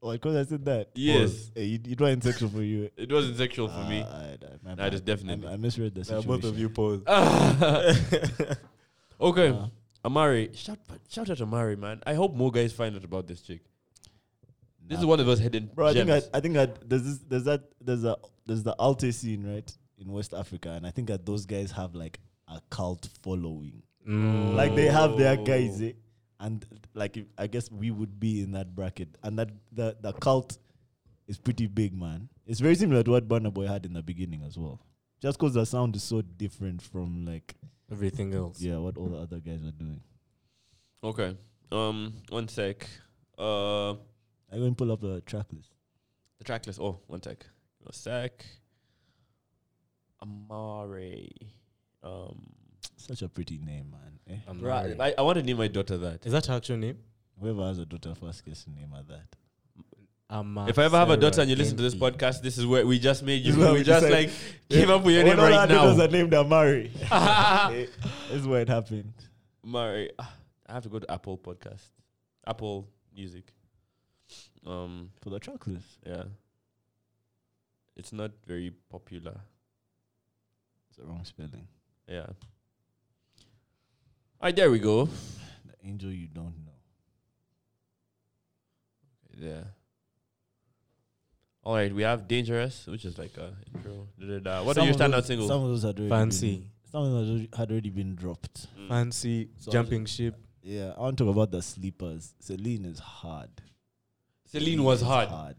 [SPEAKER 2] Oh, because I said that.
[SPEAKER 1] Yes.
[SPEAKER 2] Oh, hey, you, it wasn't sexual for you.
[SPEAKER 1] It wasn't sexual for me.
[SPEAKER 2] Ah, I, I, my
[SPEAKER 1] Nah, it is
[SPEAKER 2] bad.
[SPEAKER 1] definitely.
[SPEAKER 2] I, I misread the
[SPEAKER 3] Yeah,
[SPEAKER 2] situation.
[SPEAKER 3] both of you pause.
[SPEAKER 1] okay,
[SPEAKER 2] Uh,
[SPEAKER 1] Amari, shout shout out to Amari, man. I hope more guys find out about this chick. This
[SPEAKER 2] nah,
[SPEAKER 1] is one of those hidden
[SPEAKER 2] Bro, I
[SPEAKER 1] gems.
[SPEAKER 2] think I, I think I, there's this, there's that there's a there's the Alte scene right in West Africa, and I think that those guys have like a cult following.
[SPEAKER 3] Mm.
[SPEAKER 2] Like they have their guys,
[SPEAKER 1] Oh.
[SPEAKER 2] eh? and like if, I guess we would be in that bracket, and that the the cult is pretty big, man. It's very similar to what Burna Boy had in the beginning as well. Just because the sound is so different from like
[SPEAKER 3] everything else.
[SPEAKER 2] yeah, what all the other guys were doing.
[SPEAKER 1] okay, um, one sec. Uh,
[SPEAKER 2] I go and pull up the track list.
[SPEAKER 1] the track list. Oh, one sec. One sec. Amari. Um,
[SPEAKER 2] Such a pretty name, man. eh?
[SPEAKER 3] I'm
[SPEAKER 1] bro,
[SPEAKER 3] married.
[SPEAKER 1] I, I want to name my daughter that.
[SPEAKER 3] Is that her actual name?
[SPEAKER 2] Whoever has a daughter first gets the name of that.
[SPEAKER 3] Ama
[SPEAKER 1] If I ever have a daughter
[SPEAKER 3] uh, Sarah
[SPEAKER 1] and you listen to this
[SPEAKER 3] Kempi.
[SPEAKER 1] podcast, this is where we just made
[SPEAKER 2] This
[SPEAKER 1] you.
[SPEAKER 2] is where
[SPEAKER 1] We
[SPEAKER 2] we
[SPEAKER 1] just
[SPEAKER 2] decide-
[SPEAKER 1] like came up with your name right now.
[SPEAKER 2] named Amari. Eh, This is where it happened.
[SPEAKER 1] Murray, ah, I have to go to Apple Podcast, Apple Music. Um,
[SPEAKER 2] For the track list.
[SPEAKER 1] yeah, it's not very popular.
[SPEAKER 2] It's the wrong spelling.
[SPEAKER 1] Yeah. All right, there we go.
[SPEAKER 2] The angel you don't know.
[SPEAKER 1] Yeah. All right, we have Dangerous, which is like a intro. Da, da, da. What
[SPEAKER 2] Some
[SPEAKER 1] are your
[SPEAKER 2] of those-
[SPEAKER 1] standout singles?
[SPEAKER 2] Some of those had already
[SPEAKER 3] Fancy.
[SPEAKER 2] Been, some of those had already been dropped.
[SPEAKER 1] Mm.
[SPEAKER 3] Fancy
[SPEAKER 2] So I was-
[SPEAKER 3] jumping ship.
[SPEAKER 2] Yeah, I want to talk about the sleepers. Celine is hard.
[SPEAKER 1] Celine was
[SPEAKER 2] is
[SPEAKER 1] hard.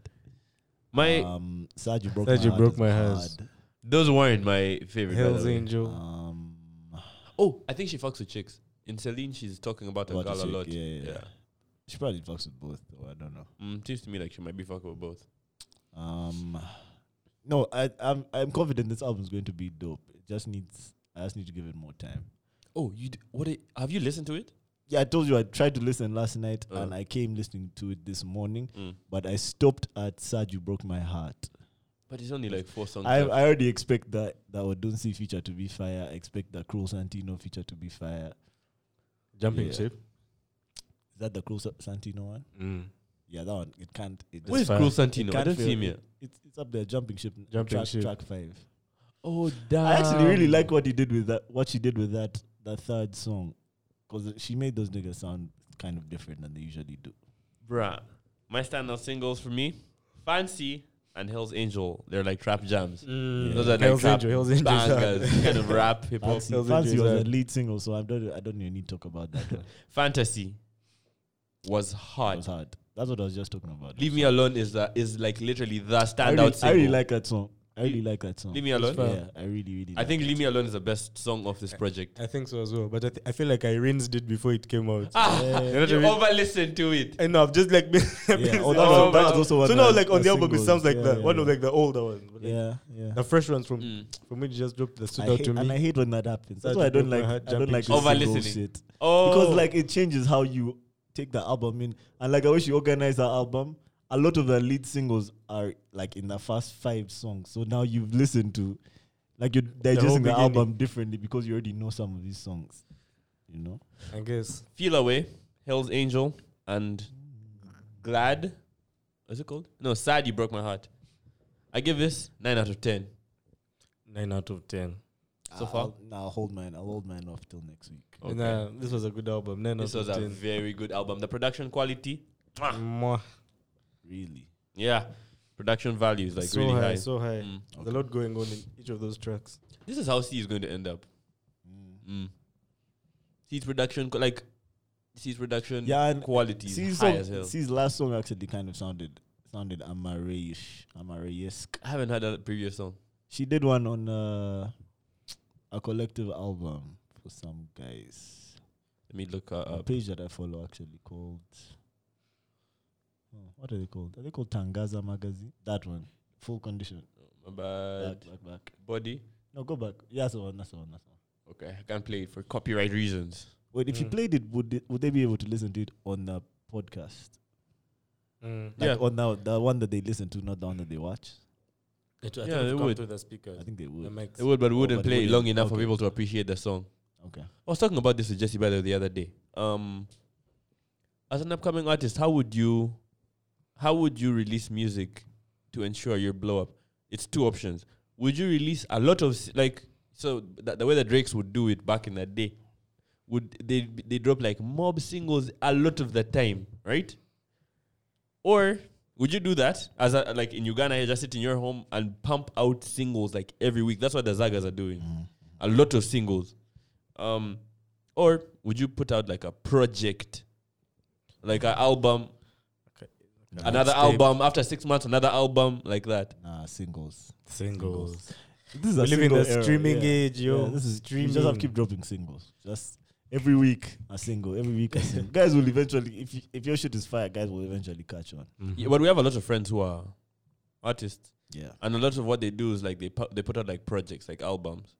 [SPEAKER 1] My
[SPEAKER 2] um, Sad you broke
[SPEAKER 3] Sad
[SPEAKER 2] my
[SPEAKER 3] You
[SPEAKER 2] heart.
[SPEAKER 3] Broke
[SPEAKER 2] is
[SPEAKER 3] My
[SPEAKER 2] hard.
[SPEAKER 3] Heart.
[SPEAKER 1] those weren't my favorite. by the
[SPEAKER 3] Hell's
[SPEAKER 1] way.
[SPEAKER 3] Angel.
[SPEAKER 2] Um,
[SPEAKER 1] Oh, I think she fucks with chicks. In Celine, she's talking about a
[SPEAKER 2] About a
[SPEAKER 1] girl a
[SPEAKER 2] chick,
[SPEAKER 1] lot.
[SPEAKER 2] yeah, yeah,
[SPEAKER 1] yeah.
[SPEAKER 2] she probably fucks with both, though. I don't know.
[SPEAKER 1] Mm, seems to me like she might be fucking with both.
[SPEAKER 2] Um, no, I, I'm I'm confident this album's going to be dope. It just needs I just need to give it more time.
[SPEAKER 1] Oh, you d- what? i- have you listened to it?
[SPEAKER 2] Yeah, I told you I tried to listen last night
[SPEAKER 1] Uh.
[SPEAKER 2] and I came listening to it this morning,
[SPEAKER 1] Mm.
[SPEAKER 2] but I stopped at Sad You Broke My Heart.
[SPEAKER 1] But it's only like four songs.
[SPEAKER 2] I,
[SPEAKER 1] left.
[SPEAKER 2] I already expect that that Odunsi feature to be fire. I expect that Cruel Santino feature to be fire.
[SPEAKER 3] Jumping
[SPEAKER 2] yeah.
[SPEAKER 3] ship.
[SPEAKER 2] Is that the Cruel Sa- Santino one?
[SPEAKER 3] Mm.
[SPEAKER 2] Yeah, that one. It can't. It just
[SPEAKER 1] Where's
[SPEAKER 3] fine.
[SPEAKER 1] Cruel
[SPEAKER 2] it
[SPEAKER 1] Santino? I
[SPEAKER 2] can't
[SPEAKER 1] don't see
[SPEAKER 2] fail.
[SPEAKER 1] him here.
[SPEAKER 2] It- It's, it's up there, Jumping Ship.
[SPEAKER 3] Jumping
[SPEAKER 2] track,
[SPEAKER 3] Ship.
[SPEAKER 2] Track five.
[SPEAKER 1] Oh, damn.
[SPEAKER 2] I actually really like what he did with that. What she did with that that third song, because she made those niggas sound kind of different than they usually do.
[SPEAKER 1] Bruh, my standout singles for me, Fancy and Hell's Angel. They're like trap jams.
[SPEAKER 2] Yeah.
[SPEAKER 1] Those are
[SPEAKER 3] Hell's
[SPEAKER 1] like
[SPEAKER 3] Angel, Hell's
[SPEAKER 1] trap
[SPEAKER 3] Angel.
[SPEAKER 1] bangers, kind of rap, hip hop,
[SPEAKER 2] Fancy,
[SPEAKER 3] Tells you
[SPEAKER 2] Fancy
[SPEAKER 3] to
[SPEAKER 2] was
[SPEAKER 3] that.
[SPEAKER 2] the lead single, so I don't I don't even need to talk about that. one.
[SPEAKER 1] fantasy. Was
[SPEAKER 2] That
[SPEAKER 1] hard.
[SPEAKER 2] was hard. That's what I was just talking about.
[SPEAKER 1] Leave Me Alone is the, is like literally the
[SPEAKER 2] I
[SPEAKER 1] standout
[SPEAKER 2] really, I
[SPEAKER 1] single.
[SPEAKER 2] really like that song. I really like that song.
[SPEAKER 1] Leave Me Alone?
[SPEAKER 3] fine.
[SPEAKER 2] Yeah, I really, really.
[SPEAKER 1] I
[SPEAKER 2] like
[SPEAKER 1] think
[SPEAKER 2] that
[SPEAKER 1] Leave Me Alone is the best song of this project.
[SPEAKER 3] I think so as well. But I, th- I feel like I rinsed it before it came out.
[SPEAKER 1] Ah,
[SPEAKER 3] You know what I
[SPEAKER 1] you
[SPEAKER 3] mean?
[SPEAKER 1] over listen to it.
[SPEAKER 3] I know. I've just like been. I've
[SPEAKER 2] Yeah,
[SPEAKER 3] been
[SPEAKER 2] oh, that
[SPEAKER 3] saying,
[SPEAKER 2] was-
[SPEAKER 1] Oh,
[SPEAKER 2] that
[SPEAKER 1] but-
[SPEAKER 2] was also one
[SPEAKER 3] uh, so now,
[SPEAKER 2] that-
[SPEAKER 3] like on the
[SPEAKER 2] that
[SPEAKER 3] album, it
[SPEAKER 2] singles.
[SPEAKER 3] sounds like
[SPEAKER 2] Yeah,
[SPEAKER 3] the
[SPEAKER 2] yeah,
[SPEAKER 3] one of
[SPEAKER 2] yeah.
[SPEAKER 3] like the older one. But, like,
[SPEAKER 2] Yeah, yeah.
[SPEAKER 3] The fresh ones from
[SPEAKER 1] Mm.
[SPEAKER 3] from when you just dropped that stood
[SPEAKER 2] I
[SPEAKER 3] out
[SPEAKER 2] hate,
[SPEAKER 3] to
[SPEAKER 2] and I
[SPEAKER 3] me.
[SPEAKER 2] hate when that happens. That's
[SPEAKER 3] That
[SPEAKER 2] why I
[SPEAKER 3] broke
[SPEAKER 2] don't
[SPEAKER 3] my
[SPEAKER 2] like.
[SPEAKER 3] heart
[SPEAKER 2] I don't
[SPEAKER 3] jumping
[SPEAKER 2] like
[SPEAKER 3] shit.
[SPEAKER 1] Over
[SPEAKER 2] single
[SPEAKER 1] listening.
[SPEAKER 2] shit.
[SPEAKER 1] Oh,
[SPEAKER 2] because like it changes how you take the album in. And like I wish you organized the album. A lot of the lead singles are like in the first five songs. So now you've listened to, like you're digesting the,
[SPEAKER 3] beginning.
[SPEAKER 2] album differently because you already know some of these songs. You know,
[SPEAKER 3] I guess
[SPEAKER 1] Feel Away, Hell's Angel, and Glad. What's it called? No, Sad You Broke My Heart. I give this 9 out of 10.
[SPEAKER 3] nine out of ten.
[SPEAKER 1] So far?
[SPEAKER 2] I'll, nah, I'll hold mine. I'll hold mine off till next week.
[SPEAKER 1] Okay.
[SPEAKER 3] Nah, this was a good album. Nine
[SPEAKER 1] this
[SPEAKER 3] out
[SPEAKER 1] was
[SPEAKER 3] of
[SPEAKER 1] a
[SPEAKER 3] ten.
[SPEAKER 1] very good album. The production quality,
[SPEAKER 3] Mwah.
[SPEAKER 2] Really,
[SPEAKER 1] yeah. Production value is like
[SPEAKER 3] so
[SPEAKER 1] really
[SPEAKER 3] high,
[SPEAKER 1] high.
[SPEAKER 3] so high.
[SPEAKER 1] Mm.
[SPEAKER 3] There's a lot going on in each of those tracks.
[SPEAKER 1] This is how C is going to end up.
[SPEAKER 2] Mm.
[SPEAKER 1] Mm. C's production, co- like C's production
[SPEAKER 2] Yeah, and
[SPEAKER 1] quality
[SPEAKER 2] C's,
[SPEAKER 1] is high as
[SPEAKER 2] song,
[SPEAKER 1] hell.
[SPEAKER 2] C's last song actually kind of sounded sounded Amareish, Amareisk.
[SPEAKER 1] I haven't heard that previous song.
[SPEAKER 2] She did one on uh, a collective album for some guys.
[SPEAKER 1] Let me look her
[SPEAKER 2] a
[SPEAKER 1] up.
[SPEAKER 2] page that I follow actually called. Oh, what are they called? Are they called Tangaza Magazine? That one. Full condition.
[SPEAKER 1] About
[SPEAKER 2] Back, back, back.
[SPEAKER 1] body.
[SPEAKER 2] No, go back. Yeah, that's the one. That's the one. That's the one.
[SPEAKER 1] Okay, I can't play it for copyright reasons.
[SPEAKER 2] Wait, if you
[SPEAKER 3] Mm.
[SPEAKER 2] played it, would they, would they be able to listen to it on the podcast? Like
[SPEAKER 3] Mm.
[SPEAKER 1] Yeah.
[SPEAKER 2] On now the one that they listen to, not the one that they watch.
[SPEAKER 3] It,
[SPEAKER 1] Yeah, they would.
[SPEAKER 3] through the
[SPEAKER 2] I
[SPEAKER 3] speakers.
[SPEAKER 2] think they would.
[SPEAKER 3] The mics.
[SPEAKER 1] It would, but we
[SPEAKER 2] Oh,
[SPEAKER 1] wouldn't
[SPEAKER 2] but it
[SPEAKER 1] play it
[SPEAKER 2] wouldn't.
[SPEAKER 1] long enough for
[SPEAKER 2] Okay.
[SPEAKER 1] people to appreciate the song.
[SPEAKER 2] Okay.
[SPEAKER 1] I was talking about this with Jesse Bella the other day. Um, as an upcoming artist, how would you, how would you release music to ensure your blow up? It's two options. Would you release a lot of s- like so th- the way the Drakes would do it back in the day? Would they they drop like mob singles a lot of the time, right? Or would you do that as a, like in Uganda, you just sit in your home and pump out singles like every week? That's what the Zagas are doing
[SPEAKER 2] Mm.
[SPEAKER 1] a lot of singles. Um, or would you put out like a project, like an album,
[SPEAKER 2] Nah,
[SPEAKER 1] another
[SPEAKER 3] Mixtape.
[SPEAKER 1] album after six months, another album like that?
[SPEAKER 2] Nah, singles.
[SPEAKER 3] Singles.
[SPEAKER 2] This is
[SPEAKER 3] We live in
[SPEAKER 2] single
[SPEAKER 3] the
[SPEAKER 2] era,
[SPEAKER 3] streaming
[SPEAKER 2] yeah.
[SPEAKER 3] age, yo.
[SPEAKER 2] Yeah, this is streaming.
[SPEAKER 3] streaming.
[SPEAKER 2] You just have to keep dropping singles. Just every week a single. Every week a single. guys will eventually, if you, if your shit is fire, guys will eventually catch on.
[SPEAKER 3] Mm-hmm.
[SPEAKER 1] Yeah, but we have a lot of friends who are artists,
[SPEAKER 2] Yeah,
[SPEAKER 1] and a lot of what they do is like they pu- they put out like projects, like albums.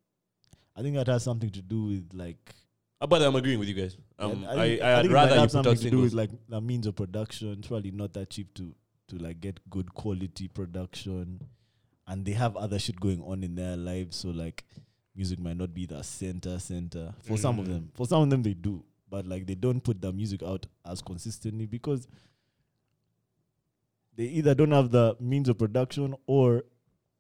[SPEAKER 2] I think that has something to do with like.
[SPEAKER 1] Uh, But I'm agreeing with you guys. Um,
[SPEAKER 2] yeah,
[SPEAKER 1] I,
[SPEAKER 2] think-
[SPEAKER 1] I, would
[SPEAKER 2] think it might
[SPEAKER 1] rather you
[SPEAKER 2] have
[SPEAKER 1] put
[SPEAKER 2] something
[SPEAKER 1] out
[SPEAKER 2] to do with
[SPEAKER 1] singles.
[SPEAKER 2] like the means of production. It's probably not that cheap to to like get good quality production, and they have other shit going on in their lives. So like, music might not be the center center for some of
[SPEAKER 3] Mm.
[SPEAKER 2] them. For some of them, they do, but like they don't put their music out as consistently because they either don't have the means of production or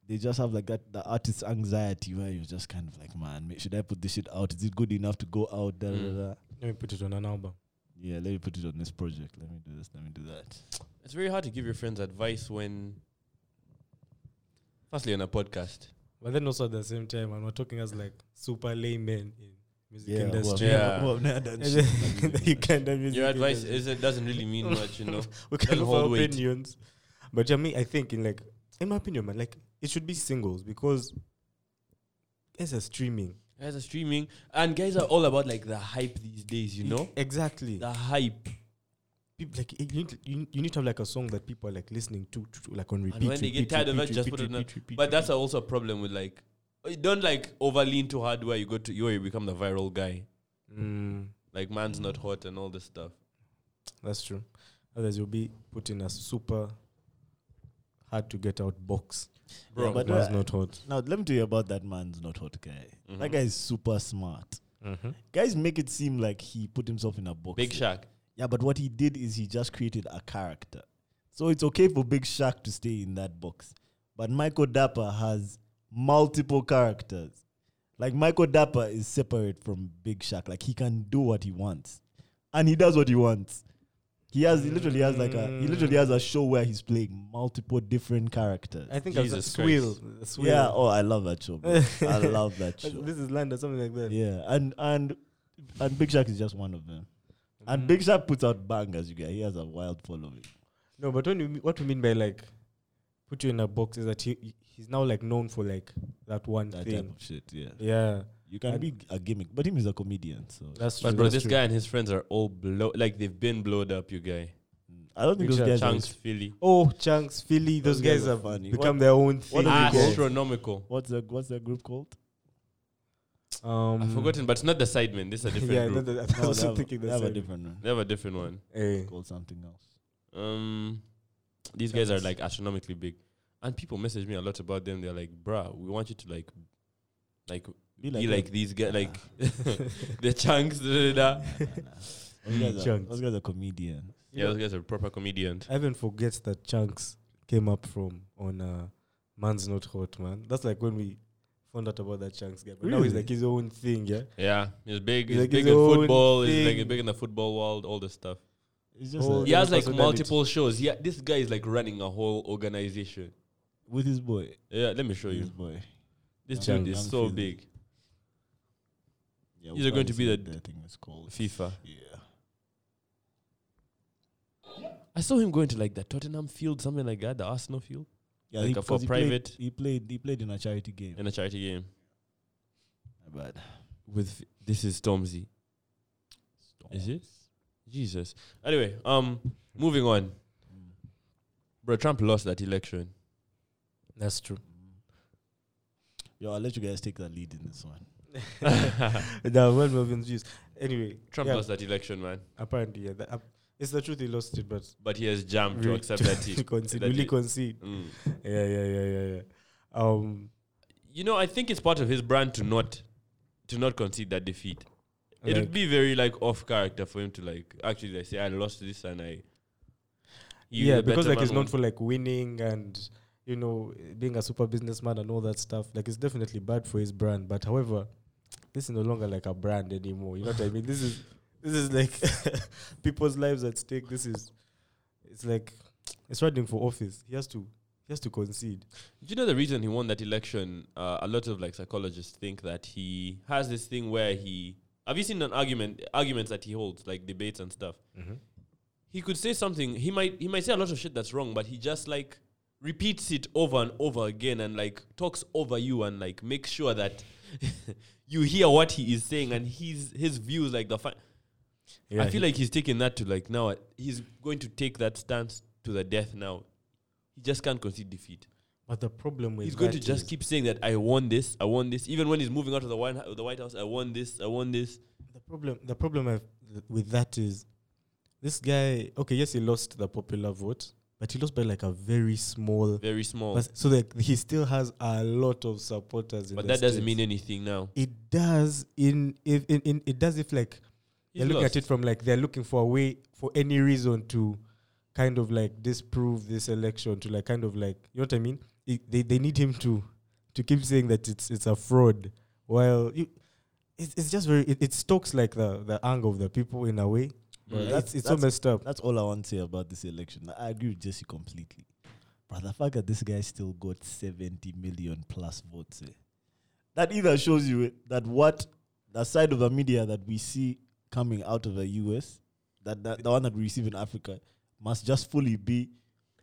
[SPEAKER 2] they just have like that the artist anxiety where you're just kind of like, man, ma- should I put this shit out? Is it good enough to go out? Da, da,
[SPEAKER 1] Mm.
[SPEAKER 2] da, da.
[SPEAKER 3] Let me put it on an album.
[SPEAKER 2] Yeah, let me put it on this project. Let me do this. Let me do that.
[SPEAKER 1] It's very hard to give your friends advice when, firstly, on a podcast.
[SPEAKER 3] But then also at the same time, and we're talking as like super laymen in music industry.
[SPEAKER 1] well, Yeah.
[SPEAKER 2] Well, nah, done
[SPEAKER 3] And
[SPEAKER 2] shit.
[SPEAKER 3] then the Ugandan music
[SPEAKER 1] Your advice
[SPEAKER 3] industry.
[SPEAKER 1] is it doesn't really mean much, you know.
[SPEAKER 3] we can
[SPEAKER 1] doesn't
[SPEAKER 3] offer
[SPEAKER 1] hold weight.
[SPEAKER 3] opinions. But I mean, I think in like in my opinion, man, like it should be singles because it's a streaming.
[SPEAKER 1] Guys are streaming, and guys are all about like the hype these days, you know?
[SPEAKER 3] E-, exactly.
[SPEAKER 1] The hype.
[SPEAKER 3] People, like eh, you need, to, you, you need to have like a song that people are like listening to, to, to, like on repeat.
[SPEAKER 1] when they get
[SPEAKER 3] repeat,
[SPEAKER 1] tired of
[SPEAKER 3] repeat,
[SPEAKER 1] it, just
[SPEAKER 3] repeat,
[SPEAKER 1] put it on a-
[SPEAKER 3] repeat, repeat,
[SPEAKER 1] But that's
[SPEAKER 3] repeat.
[SPEAKER 1] also a problem with like, you don't like overly into hard where you go to, where you become the viral guy.
[SPEAKER 3] Mm,
[SPEAKER 1] Like, man's not hot and all this stuff.
[SPEAKER 3] that's true. Otherwise, you'll be put in a super hard to get out box.
[SPEAKER 1] Bro,
[SPEAKER 2] Yeah, but
[SPEAKER 3] But that's
[SPEAKER 2] uh,
[SPEAKER 3] not hot.
[SPEAKER 2] Now let me tell you about that man's not hot guy. That
[SPEAKER 1] Mhm.
[SPEAKER 2] guy is super smart. Guys make it seem like he put himself in a box.
[SPEAKER 1] Mm-hmm. Big Shaq.
[SPEAKER 2] Yeah, but what he did is he just created a character. So it's okay for Big Shaq to stay in that box. But Michael Dapper has multiple characters. Like Michael Dapper is separate from Big Shaq. Like he can do what he wants. And he does what he wants. He has he literally has like a he literally has a show where he's playing multiple different characters.
[SPEAKER 3] I think
[SPEAKER 1] Jesus
[SPEAKER 3] I was Swill. Swill.
[SPEAKER 2] Yeah, oh I love that show. Bro. I love that show.
[SPEAKER 3] This is land or something like that.
[SPEAKER 2] Yeah, and and and Big Shaq is just one of them.
[SPEAKER 1] Mm.
[SPEAKER 2] And Big Shaq puts out bangers, you guys. He has a wild following.
[SPEAKER 3] No, but when you, me- what we mean by like put you in a box is that he he's now like known for like that one
[SPEAKER 2] That type
[SPEAKER 3] thing.
[SPEAKER 2] of shit. Yeah,
[SPEAKER 3] Yeah,
[SPEAKER 2] you can
[SPEAKER 3] And-
[SPEAKER 2] be a gimmick, but him is a comedian, so
[SPEAKER 3] that's
[SPEAKER 1] But
[SPEAKER 3] true.
[SPEAKER 1] bro,
[SPEAKER 3] that's
[SPEAKER 1] this
[SPEAKER 3] true.
[SPEAKER 1] guy and his friends are all blow like they've been blowed up. You guy,
[SPEAKER 2] I don't think
[SPEAKER 3] Which
[SPEAKER 2] those
[SPEAKER 3] are
[SPEAKER 2] guys. are-
[SPEAKER 1] Chunks, Philly,
[SPEAKER 3] Oh, Chunks, Philly,
[SPEAKER 2] Those
[SPEAKER 3] those,
[SPEAKER 2] guys
[SPEAKER 3] guys,
[SPEAKER 2] are
[SPEAKER 3] have
[SPEAKER 2] funny.
[SPEAKER 3] become their own
[SPEAKER 2] what
[SPEAKER 3] thing.
[SPEAKER 2] do are they called?
[SPEAKER 1] astronomical.
[SPEAKER 2] What's the what's that group called?
[SPEAKER 3] Um,
[SPEAKER 1] I've forgotten, but it's not the Sidemen. This is a different
[SPEAKER 3] yeah,
[SPEAKER 1] group.
[SPEAKER 3] no, that- I was also thinking
[SPEAKER 2] they
[SPEAKER 3] the
[SPEAKER 2] have a
[SPEAKER 3] same.
[SPEAKER 2] different one.
[SPEAKER 1] They have a different one.
[SPEAKER 3] Hey,
[SPEAKER 2] Called something else.
[SPEAKER 1] Um, these guys are
[SPEAKER 3] Chunks.
[SPEAKER 1] like astronomically big, and people message me a lot about them. They're like, "Bruh, we want you to like, like, be
[SPEAKER 2] Be them.
[SPEAKER 1] like these guys,
[SPEAKER 2] Nah.
[SPEAKER 1] like the Chunks." Da, da, da.
[SPEAKER 2] Those guys are-
[SPEAKER 3] Chunks.
[SPEAKER 2] those guys are comedians.
[SPEAKER 1] Yeah, those guys are proper comedians.
[SPEAKER 3] Evan forgets that Chunks came up from on uh, Man's Not Hot, man. That's like when we found out about that Chunks guy. But now he's
[SPEAKER 2] Really?
[SPEAKER 3] like his own thing, yeah?
[SPEAKER 1] Yeah, he's big. He's
[SPEAKER 3] He's like
[SPEAKER 1] big
[SPEAKER 3] his
[SPEAKER 1] in
[SPEAKER 3] own
[SPEAKER 1] football. He's like
[SPEAKER 3] thing.
[SPEAKER 1] big in the football world. All this stuff.
[SPEAKER 2] It's just
[SPEAKER 3] Oh,
[SPEAKER 2] like
[SPEAKER 1] He
[SPEAKER 3] yeah.
[SPEAKER 1] has like
[SPEAKER 3] personality.
[SPEAKER 1] multiple shows. Yeah, this guy is like running a whole organization. Mm.
[SPEAKER 2] with his boy.
[SPEAKER 1] Yeah, let me show
[SPEAKER 2] With his
[SPEAKER 1] you.
[SPEAKER 2] boy.
[SPEAKER 1] This
[SPEAKER 2] Young-
[SPEAKER 1] dude is
[SPEAKER 2] young
[SPEAKER 1] so
[SPEAKER 2] Phil.
[SPEAKER 1] big.
[SPEAKER 2] Yeah,
[SPEAKER 1] These are going to be
[SPEAKER 2] what
[SPEAKER 1] the
[SPEAKER 2] that thing is called.
[SPEAKER 1] FIFA.
[SPEAKER 2] Yeah.
[SPEAKER 1] I saw him going to like the Tottenham field, something like that, the Arsenal field,
[SPEAKER 2] Yeah,
[SPEAKER 1] Like
[SPEAKER 2] he,
[SPEAKER 1] a- for
[SPEAKER 2] 'cause he
[SPEAKER 1] private-
[SPEAKER 2] Played, he played. He played in a charity game.
[SPEAKER 1] in a charity game.
[SPEAKER 2] But
[SPEAKER 1] With this is Stormzy. Is it? Jesus. Anyway, um, moving on.
[SPEAKER 2] Mm-hmm.
[SPEAKER 1] Bro, Trump lost that election.
[SPEAKER 3] That's true.
[SPEAKER 2] Yo, I'll let you guys take the lead in this one.
[SPEAKER 3] the well moving views. Anyway,
[SPEAKER 1] Trump
[SPEAKER 3] yeah,
[SPEAKER 1] lost that election, man.
[SPEAKER 3] Apparently, yeah. That, uh, it's the truth he lost it, but
[SPEAKER 1] But he has jumped to
[SPEAKER 3] really
[SPEAKER 1] accept that he.
[SPEAKER 3] to concede,
[SPEAKER 1] that
[SPEAKER 3] really
[SPEAKER 1] he-
[SPEAKER 3] concede.
[SPEAKER 1] Mm.
[SPEAKER 3] Yeah, yeah, yeah, yeah, yeah. Um,
[SPEAKER 1] You know, I think it's part of his brand to not to not concede that defeat. it
[SPEAKER 3] like-
[SPEAKER 1] would be very like off character for him to like actually like say I lost this and I. you
[SPEAKER 3] yeah,
[SPEAKER 1] the
[SPEAKER 3] because
[SPEAKER 1] better
[SPEAKER 3] like
[SPEAKER 1] man
[SPEAKER 3] he's known
[SPEAKER 1] won."
[SPEAKER 3] for like winning and you know being a super businessman and all that stuff. Like it's definitely bad for his brand. But however, this is no longer like a brand anymore. You know what I mean? This is this is like people's lives at stake. This is it's like it's running for office. He has to he has to concede.
[SPEAKER 1] Do you know the reason he won that election? Uh, a lot of like psychologists think that he has this thing where he. Have you seen an argument arguments that he holds like debates and stuff? He could say something. He might he might say a lot of shit that's wrong, but he just like repeats it over and over again and like talks over you and like makes sure that you hear what he is saying and his his views like the. Fi-
[SPEAKER 3] Yeah,
[SPEAKER 1] I feel like he's taking that to like now. uh, He's going to take that stance to the death now. He just can't concede defeat
[SPEAKER 3] but the problem with
[SPEAKER 1] he's going to
[SPEAKER 3] that
[SPEAKER 1] just
[SPEAKER 3] is-
[SPEAKER 1] keep saying that I won this, I won this. Even when he's moving out of the White, Hou- the White House, I won this, I won this.
[SPEAKER 3] The problem, the problem I've, th- with that is, this guy. Okay, yes, he lost the popular vote, but he lost by like a very small.
[SPEAKER 1] Very small, but,
[SPEAKER 3] But so that he still has a lot of supporters. In the
[SPEAKER 1] that doesn't
[SPEAKER 3] States.
[SPEAKER 1] mean anything now.
[SPEAKER 3] it does. In if in, in it does if like
[SPEAKER 1] He's
[SPEAKER 3] they're looking
[SPEAKER 1] lost.
[SPEAKER 3] at it from like they're looking for a way for any reason to kind of like disprove this election to like kind of like you know what I mean. It, they they need him to to keep saying that it's it's a fraud. While you, it's it's just very it, it stokes like the the anger of the people in a
[SPEAKER 1] Mm.
[SPEAKER 3] way.
[SPEAKER 1] Bro,
[SPEAKER 3] It's-
[SPEAKER 2] that's-
[SPEAKER 3] it's so
[SPEAKER 2] that's-
[SPEAKER 3] messed up.
[SPEAKER 2] That's all I want to say about this election. I agree with Jesse completely. But the fact that this guy still got 70 million plus votes, eh, that either shows you eh, that what the side of the media that we see coming out of the US, that, that the one that we receive in Africa, must just fully be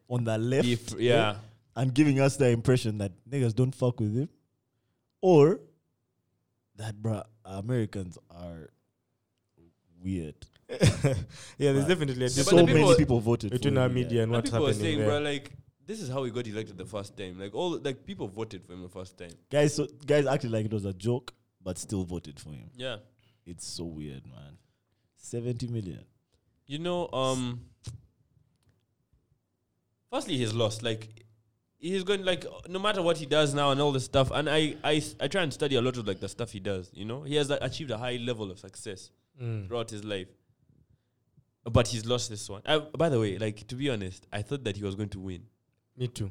[SPEAKER 2] on the left
[SPEAKER 1] If-
[SPEAKER 2] eh,
[SPEAKER 1] yeah,
[SPEAKER 2] and giving us the impression that niggas don't fuck with him or that, bruh, Americans are weird.
[SPEAKER 3] yeah, there's
[SPEAKER 2] But
[SPEAKER 3] definitely a
[SPEAKER 1] Yeah, but
[SPEAKER 2] so
[SPEAKER 1] the
[SPEAKER 3] difference
[SPEAKER 1] people-
[SPEAKER 2] many people voted
[SPEAKER 3] between
[SPEAKER 2] for
[SPEAKER 3] our
[SPEAKER 2] him, yeah.
[SPEAKER 3] media
[SPEAKER 1] And
[SPEAKER 3] and what's
[SPEAKER 1] people are
[SPEAKER 3] happening
[SPEAKER 1] saying,
[SPEAKER 3] there.
[SPEAKER 1] bro, like this is how he got elected the first time. Like all, like people voted for him the first time.
[SPEAKER 2] guys so guys acted like it was a joke but still voted for him
[SPEAKER 1] Yeah,
[SPEAKER 2] it's so weird man 70 million
[SPEAKER 1] you know. Um, firstly, he's lost. Like he's going like no matter what he does now and all this stuff. And I, I, s- I try and study a lot of like the stuff he does. You know, he has like, achieved a high level of success.
[SPEAKER 3] Mm.
[SPEAKER 1] throughout his life. But he's lost this one. Uh, by the way, like to be honest, I thought that he was going to win.
[SPEAKER 3] Me too.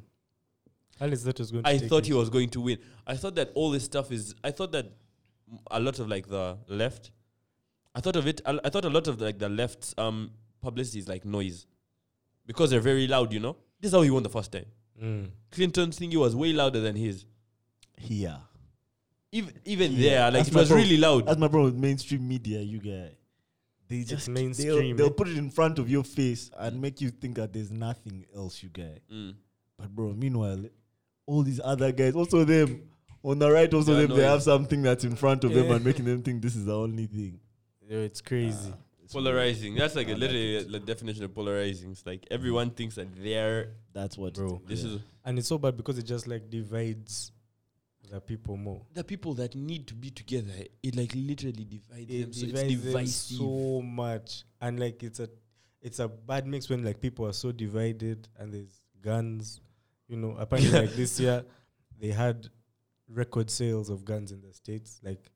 [SPEAKER 3] Alex, that was going. To
[SPEAKER 1] I
[SPEAKER 3] take
[SPEAKER 1] thought
[SPEAKER 3] it.
[SPEAKER 1] he was going to win. I thought that all this stuff is. I thought that m- a lot of like the left. I thought of it. I, I thought a lot of like the left's um publicity is like noise, because they're very loud. You know, this is how he won the first time.
[SPEAKER 3] Mm.
[SPEAKER 1] Clinton's thingy was way louder than his.
[SPEAKER 2] here
[SPEAKER 1] Even even
[SPEAKER 2] Yeah,
[SPEAKER 1] there, like
[SPEAKER 2] that's
[SPEAKER 1] it
[SPEAKER 2] my
[SPEAKER 1] was
[SPEAKER 2] problem.
[SPEAKER 1] really loud.
[SPEAKER 2] that's my problem with mainstream media you guys they just They'll,
[SPEAKER 3] mainstream, eh?
[SPEAKER 2] they'll put it in front of your face and make you think that there's nothing else you guys
[SPEAKER 1] Mm.
[SPEAKER 2] But bro, meanwhile, all these other guys, also them on the right, also
[SPEAKER 1] They're
[SPEAKER 2] them, they
[SPEAKER 1] annoying.
[SPEAKER 2] have something that's in front of them
[SPEAKER 3] Yeah.
[SPEAKER 2] and making them think this is the only thing.
[SPEAKER 3] Yo, it's crazy.
[SPEAKER 2] Ah, it's weird.
[SPEAKER 1] Polarizing. That's like
[SPEAKER 2] I
[SPEAKER 1] a
[SPEAKER 2] like
[SPEAKER 1] literally
[SPEAKER 2] it.
[SPEAKER 1] the definition of polarizing. It's like everyone thinks that they're
[SPEAKER 2] That's what.
[SPEAKER 3] Bro,
[SPEAKER 2] it
[SPEAKER 1] this
[SPEAKER 2] yeah.
[SPEAKER 1] is
[SPEAKER 3] and it's so bad because it just like divides the people more.
[SPEAKER 1] the people that need to be together. It like literally divides
[SPEAKER 3] It divides them so much, and like it's a it's a bad mix when like people are so divided and there's guns. You know, apparently like this year they had record sales of guns in the states. Like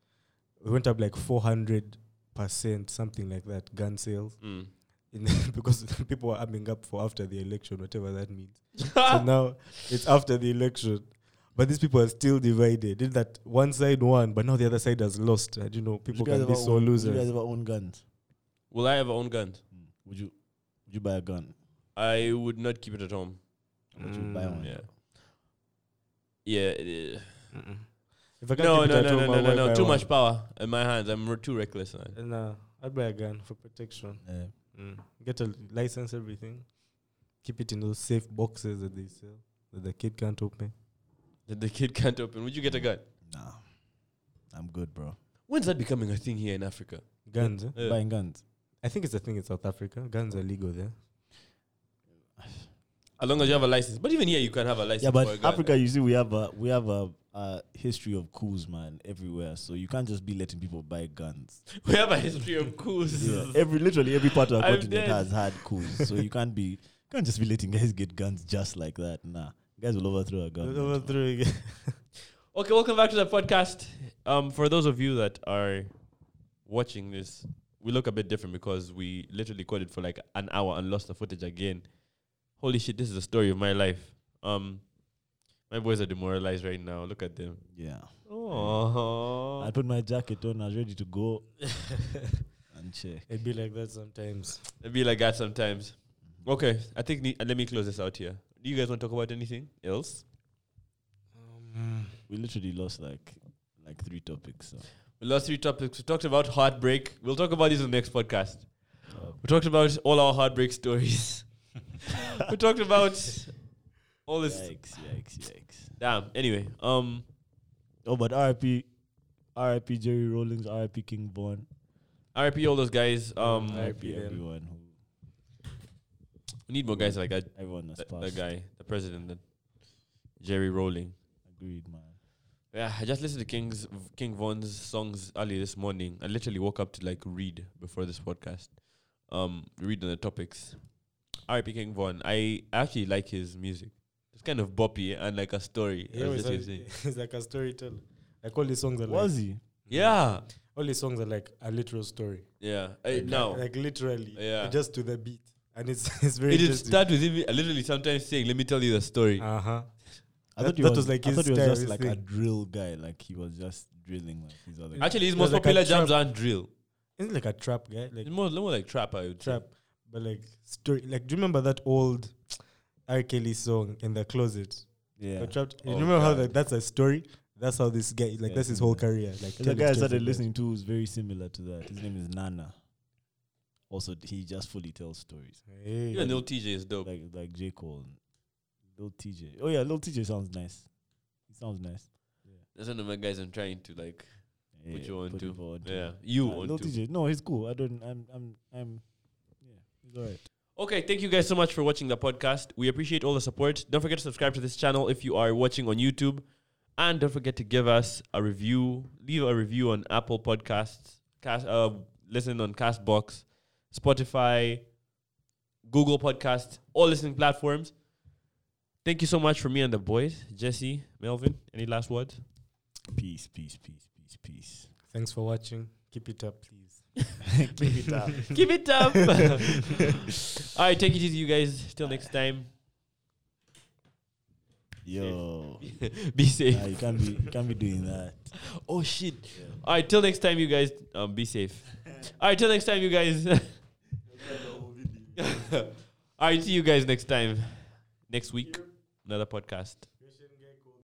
[SPEAKER 3] we went up like four hundred percent, something like that, gun sales.
[SPEAKER 1] Mm.
[SPEAKER 3] In because people were arming up for after the election, whatever that means. so now it's after the election. But these people are still divided. Did that one side won, but now the other side has lost. And you know,
[SPEAKER 2] Would
[SPEAKER 3] people
[SPEAKER 2] you guys
[SPEAKER 3] can be
[SPEAKER 2] ever
[SPEAKER 3] so
[SPEAKER 2] own- would You guys
[SPEAKER 3] losers.
[SPEAKER 2] ever own guns?
[SPEAKER 1] Will I ever own guns?
[SPEAKER 2] Mm. Would you? Would you buy a gun?
[SPEAKER 1] I would not keep it at home.
[SPEAKER 2] Would you buy
[SPEAKER 3] Mm,
[SPEAKER 2] one?
[SPEAKER 1] Yeah. Yeah. It,
[SPEAKER 3] Mm-mm. If I can't
[SPEAKER 1] no,
[SPEAKER 3] keep it
[SPEAKER 1] no,
[SPEAKER 3] at
[SPEAKER 1] no,
[SPEAKER 3] home,
[SPEAKER 1] no,
[SPEAKER 3] I'll
[SPEAKER 1] no, no,
[SPEAKER 3] buy
[SPEAKER 1] no. Too
[SPEAKER 3] one.
[SPEAKER 1] much power in my hands. I'm re- too reckless. Man.
[SPEAKER 3] Uh, Nah, I'd buy a gun for protection.
[SPEAKER 2] Yeah.
[SPEAKER 3] Mm. Get a license, everything. Keep it in those safe boxes that they sell that the kid can't open.
[SPEAKER 1] That the kid can't open. Would you get a gun?
[SPEAKER 2] Nah, I'm good, bro.
[SPEAKER 1] When's that becoming a thing here in Africa?
[SPEAKER 3] Guns. eh?
[SPEAKER 1] Uh,
[SPEAKER 2] Buying guns.
[SPEAKER 3] I think it's a thing in South Africa. Guns are legal there.
[SPEAKER 1] as long as you have a license. But even here, you can have a license.
[SPEAKER 2] Yeah,
[SPEAKER 1] for a
[SPEAKER 2] but
[SPEAKER 1] gun.
[SPEAKER 2] Africa, you see, we have a we have a, a history of coups, man, everywhere. So you can't just be letting people buy guns.
[SPEAKER 1] We have a history of coups.
[SPEAKER 2] Yeah. every literally every part of our
[SPEAKER 1] I'm
[SPEAKER 2] continent
[SPEAKER 1] dead.
[SPEAKER 2] has had coups. so you can't be you can't just be letting guys get guns just like that. Nah, guys will overthrow a gun.
[SPEAKER 3] Overthrowing it.
[SPEAKER 1] Okay, welcome back to the podcast. Um, for those of you that are watching this, we look a bit different because we literally coded for like an hour and lost the footage again. Holy shit, this is the story of my life. Um, my boys are demoralized right now. Look at them.
[SPEAKER 2] Yeah, I
[SPEAKER 1] Oh,
[SPEAKER 2] put my jacket on. I was ready to go and check.
[SPEAKER 3] It'd be like that sometimes.
[SPEAKER 1] it be like that sometimes. Okay, I think ne- let me close this out here. Do you guys want to talk about anything else?
[SPEAKER 3] Um,
[SPEAKER 2] We literally lost like like three topics. So.
[SPEAKER 1] We lost three topics. We talked about heartbreak. We'll talk about these in the next podcast.
[SPEAKER 2] Uh,
[SPEAKER 1] We talked about all our heartbreak stories. we talked about all this.
[SPEAKER 2] yikes! Yikes! Yikes!
[SPEAKER 1] Damn. Anyway, um,
[SPEAKER 2] Oh, but RIP, RIP Jerry Rawlings, RIP King Vaughn,
[SPEAKER 1] RIP all those guys. Um,
[SPEAKER 3] Mm,
[SPEAKER 2] RIP
[SPEAKER 3] R.I.P. them.
[SPEAKER 2] everyone who
[SPEAKER 1] we need more guys like that.
[SPEAKER 2] everyone has
[SPEAKER 1] That,
[SPEAKER 2] passed.
[SPEAKER 1] that guy, the president, the Jerry Rowling.
[SPEAKER 2] Agreed, man.
[SPEAKER 1] Yeah, I just listened to King's King Von's songs earlier this morning. I literally woke up to like read before this podcast. Um, read on the topics. R.I.P. King Von. I actually like his music. It's kind of boppy and like a story.
[SPEAKER 3] he
[SPEAKER 1] as
[SPEAKER 3] always
[SPEAKER 1] Jesse was
[SPEAKER 3] has-
[SPEAKER 1] saying.
[SPEAKER 3] he's like a storyteller. Like all his songs are
[SPEAKER 2] Was
[SPEAKER 3] like,
[SPEAKER 2] he?
[SPEAKER 1] Yeah,
[SPEAKER 3] all his songs are like a literal story.
[SPEAKER 1] yeah. I,
[SPEAKER 3] Like-
[SPEAKER 1] no,
[SPEAKER 3] like, literally,
[SPEAKER 1] Yeah.
[SPEAKER 3] just to the beat, and it's it's very.
[SPEAKER 1] it did start with him literally sometimes saying, "Let me tell you the story."
[SPEAKER 3] Uh huh.
[SPEAKER 2] I
[SPEAKER 3] That-
[SPEAKER 2] thought he
[SPEAKER 3] that
[SPEAKER 2] was,
[SPEAKER 3] was like
[SPEAKER 2] I
[SPEAKER 3] his
[SPEAKER 2] thought he was
[SPEAKER 3] style,
[SPEAKER 2] just
[SPEAKER 3] his
[SPEAKER 2] like a
[SPEAKER 3] thing.
[SPEAKER 2] drill guy. Like he was just drilling like these other.
[SPEAKER 3] Act-
[SPEAKER 1] Actually, his
[SPEAKER 3] It
[SPEAKER 1] most
[SPEAKER 3] was like a
[SPEAKER 1] popular
[SPEAKER 3] trap.
[SPEAKER 1] jams aren't drill.
[SPEAKER 3] It's like a trap guy, like
[SPEAKER 1] It's more, more like trap. I would say.
[SPEAKER 3] trap, but like story. Like, do you remember that old R. Kelly song in the closet?
[SPEAKER 2] yeah.
[SPEAKER 3] The trap. You
[SPEAKER 1] Oh,
[SPEAKER 3] remember how
[SPEAKER 1] God.
[SPEAKER 3] that? That's a story. That's how this guy. Like
[SPEAKER 2] Yeah,
[SPEAKER 3] that's his
[SPEAKER 2] yeah,
[SPEAKER 3] whole
[SPEAKER 2] yeah.
[SPEAKER 3] career. Like
[SPEAKER 2] There's a
[SPEAKER 3] telling
[SPEAKER 2] guy I
[SPEAKER 3] stories
[SPEAKER 2] started
[SPEAKER 3] like
[SPEAKER 2] listening to who's very similar to that. His name is Nana. Also, d- he just fully tells stories
[SPEAKER 3] that. Hey.
[SPEAKER 1] Even Lil TJ is dope.
[SPEAKER 2] like like J Cole, and Lil TJ. Oh yeah, Lil TJ sounds nice. He sounds nice.
[SPEAKER 1] That's one of my guys. I'm trying to like put
[SPEAKER 2] Yeah,
[SPEAKER 1] you on to.
[SPEAKER 2] people on to.
[SPEAKER 1] Yeah, you
[SPEAKER 2] Uh,
[SPEAKER 1] on
[SPEAKER 2] Lil
[SPEAKER 1] to.
[SPEAKER 2] TJ. No, he's cool. I don't. I'm. I'm. I'm. Yeah, he's alright.
[SPEAKER 1] Okay, thank you guys so much for watching the podcast. We appreciate all the support. Don't forget to subscribe to this channel if you are watching on YouTube. And don't forget to give us a review. Leave a review on Apple Podcasts, cast, uh, listen on Castbox, Spotify, Google Podcasts, all listening platforms. Thank you so much for me and the boys. Jesse, Melvin, any last words?
[SPEAKER 2] Peace. Peace. Peace. Peace. Peace.
[SPEAKER 3] Thanks for watching. Keep it up, please.
[SPEAKER 2] Keep it up.
[SPEAKER 1] Give it up. all right, take it easy, you guys. Till next time.
[SPEAKER 2] Yo.
[SPEAKER 1] Be safe.
[SPEAKER 2] Nah, you can't be you can't be doing that.
[SPEAKER 1] Oh shit. All right, till next time, you guys. Um, be safe. All right, till next time, you guys. All right, see you guys next time. Next week, another podcast.